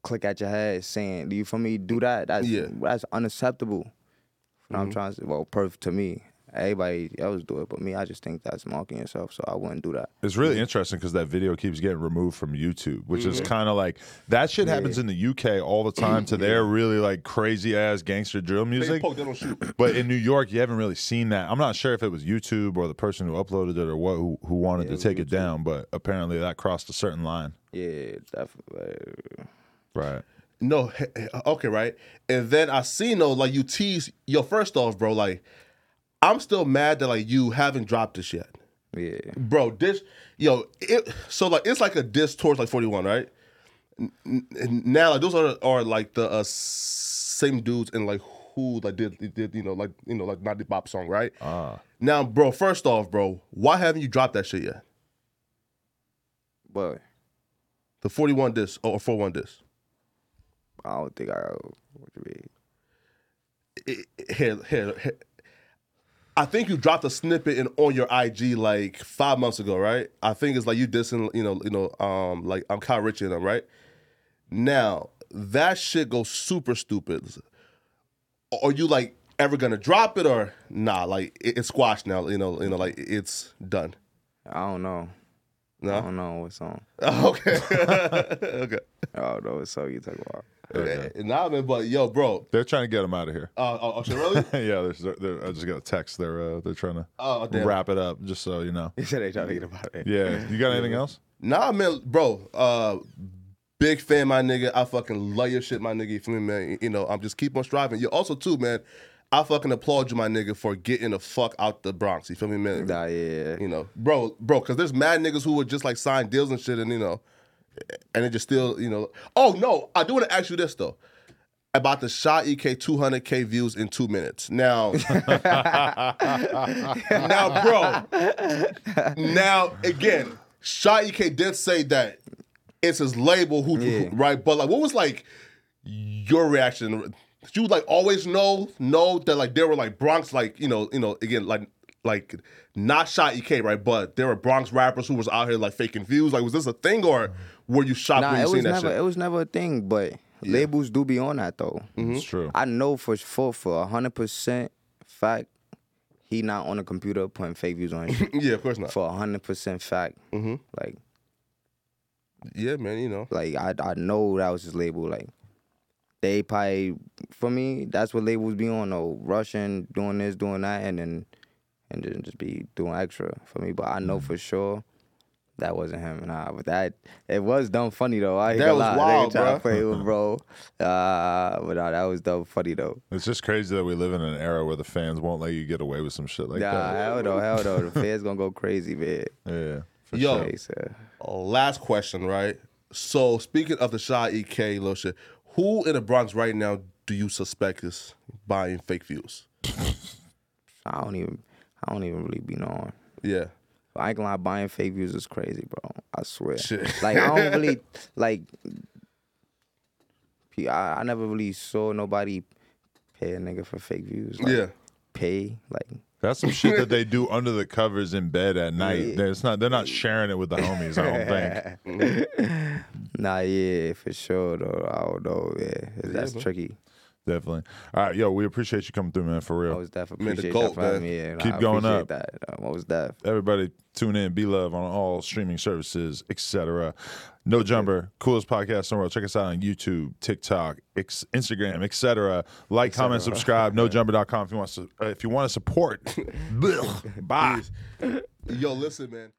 [SPEAKER 4] click at your head saying, Do you for me do that? That's
[SPEAKER 3] Yeah.
[SPEAKER 4] that's unacceptable. What I'm trying to say, well, perfect to me. Everybody else do it, but me, I just think that's marking yourself, so I wouldn't do that.
[SPEAKER 2] It's
[SPEAKER 3] Mm-hmm.
[SPEAKER 2] really interesting because that video keeps getting removed from YouTube, which is kind of like that shit happens in the UK all the time to their really like crazy ass gangster drill
[SPEAKER 3] they
[SPEAKER 2] music.
[SPEAKER 3] poke, they don't shoot.
[SPEAKER 2] But in New York, you haven't really seen that. I'm not sure if it was YouTube or the person who uploaded it or what who, who wanted to take it down, but apparently that crossed a certain line.
[SPEAKER 4] Yeah, definitely.
[SPEAKER 2] Right.
[SPEAKER 3] No, he- he- okay, right. And then I see no like you tease yo. First off, bro, like I'm still mad that like you haven't dropped this yet,
[SPEAKER 4] Yeah.
[SPEAKER 3] bro. This yo, it, so like it's like a diss towards like 41, right? N- n- Now like those are are like the uh, same dudes and like who like did did you know like you know like not the pop song, right? Ah. Now, bro, first off, bro, why haven't you dropped that shit yet?
[SPEAKER 4] But
[SPEAKER 3] The 41 disc or 41 disc.
[SPEAKER 4] I don't think I would be.
[SPEAKER 3] it- here, here, here. I think you dropped a snippet in on your IG like five months ago, right? I think it's like you dissing, you know, you know, um, like I'm Kyle Richie and them, right? Now that shit goes super stupid. Are you like ever gonna drop it or nah? Like it, it's squashed now, you know, you know, like it's done.
[SPEAKER 4] I don't know. I
[SPEAKER 3] No,
[SPEAKER 4] don't know what song.
[SPEAKER 3] [laughs] okay, okay.
[SPEAKER 4] I don't know what song you talking about. [laughs]
[SPEAKER 3] Nah, man, but yo, bro.
[SPEAKER 2] They're trying to get them out of here. [laughs]
[SPEAKER 3] Uh, oh, oh, shit, really?
[SPEAKER 2] yeah, there's, there I just got a text. They're uh, they're trying to
[SPEAKER 3] Oh, damn.
[SPEAKER 2] wrap it up, just so you know.
[SPEAKER 4] He said they trying to get about it.
[SPEAKER 2] Yeah, you got anything else?
[SPEAKER 3] Nah, man, bro. Uh, big fan, my nigga. I fucking love your shit, my nigga. You feel me, man? You know, I'm just keep on striving. You also too, man. I fucking applaud you, my nigga, for getting the fuck out the Bronx. You feel me, man?
[SPEAKER 4] Nah, yeah.
[SPEAKER 3] You know, bro, bro, because there's mad niggas who would just like sign deals and shit, and you know, and it just still, you know. Oh no, I do want to ask you this though. About the E shot EK 200k views in two minutes. Now, [laughs] now, bro. Now again, shot EK did say that it's his label who, who-
[SPEAKER 4] Yeah.
[SPEAKER 3] right, but like, what was like your reaction? Did you like always know know that like there were like Bronx like you know you know again like like not shot EK right, but there were Bronx rappers who was out here like faking views. Like, was this a thing or were you shocked
[SPEAKER 4] Nah,
[SPEAKER 3] when you
[SPEAKER 4] it
[SPEAKER 3] seen
[SPEAKER 4] was
[SPEAKER 3] that
[SPEAKER 4] never
[SPEAKER 3] shit?
[SPEAKER 4] it was never a thing, but labels do be on that though.
[SPEAKER 3] Mm. Mm-hmm.
[SPEAKER 2] It's true.
[SPEAKER 4] I know for for for hundred percent fact, he not on a computer putting fake
[SPEAKER 3] [laughs]
[SPEAKER 4] views on his shit.
[SPEAKER 3] yeah, of course not.
[SPEAKER 4] for hundred percent fact.
[SPEAKER 3] Mm-hmm.
[SPEAKER 4] Like
[SPEAKER 3] Yeah, man, you know.
[SPEAKER 4] like I I know that was his label. Like they probably for me, that's what labels be on though. Rushing, doing this,
[SPEAKER 3] Mm-hmm.
[SPEAKER 4] doing that, and then and then just be doing extra for me. But I know for sure That wasn't him. Nah, but that it was dumb funny though. I ain't
[SPEAKER 3] That
[SPEAKER 4] gonna
[SPEAKER 3] was
[SPEAKER 4] lie. They
[SPEAKER 3] wild,
[SPEAKER 4] try to
[SPEAKER 3] bruh. [laughs]
[SPEAKER 4] play with bro. Uh, but nah, that was dumb funny though.
[SPEAKER 2] It's just crazy that we live in an era where the fans won't let you get away with some shit like
[SPEAKER 4] nah,
[SPEAKER 2] that.
[SPEAKER 4] hell no, hell no. The fans gonna go
[SPEAKER 3] [laughs]
[SPEAKER 4] crazy, man.
[SPEAKER 2] Yeah. For
[SPEAKER 3] Yo.
[SPEAKER 2] sure.
[SPEAKER 4] Like, so-
[SPEAKER 3] Last question, right? So speaking of the Shy EK little shit, who in the Bronx right now do you suspect is buying fake views?
[SPEAKER 4] I don't even, I don't even really be knowing.
[SPEAKER 3] Yeah.
[SPEAKER 4] I ain't gonna lie, buying fake views is crazy, bro. I swear.
[SPEAKER 3] Shit.
[SPEAKER 4] Like I
[SPEAKER 3] [laughs]
[SPEAKER 4] don't really like. pe- I, I never really saw nobody pay a nigga for fake views. Like,
[SPEAKER 3] Yeah.
[SPEAKER 4] Pay like
[SPEAKER 2] That's some shit that they
[SPEAKER 4] [laughs]
[SPEAKER 2] do under the covers in bed at night.
[SPEAKER 4] Yeah.
[SPEAKER 2] They're- It's not they're not sharing it with the homies, I don't
[SPEAKER 4] [laughs]
[SPEAKER 2] think.
[SPEAKER 4] nah, yeah, for sure though. I don't know, yeah, that's tricky.
[SPEAKER 2] Definitely. All right, yo, we appreciate you coming through, man, for
[SPEAKER 4] I
[SPEAKER 2] real.
[SPEAKER 4] was definitely
[SPEAKER 3] Man, the
[SPEAKER 4] appreciate
[SPEAKER 3] GOAT,
[SPEAKER 4] that for having
[SPEAKER 3] man.
[SPEAKER 4] me. Yeah,
[SPEAKER 2] Keep
[SPEAKER 4] I
[SPEAKER 2] going
[SPEAKER 4] appreciate
[SPEAKER 2] up.
[SPEAKER 4] That um, I was def.
[SPEAKER 2] Everybody tune in, be love on all streaming services, etc. No jumper, coolest podcast in the world. Check us out on YouTube, TikTok, ex- Instagram, etc. Like, comment,
[SPEAKER 4] [laughs]
[SPEAKER 2] subscribe, uh, nojumper.com if you want to, if you want to support. Blech. Bye.
[SPEAKER 3] Yo, listen, man.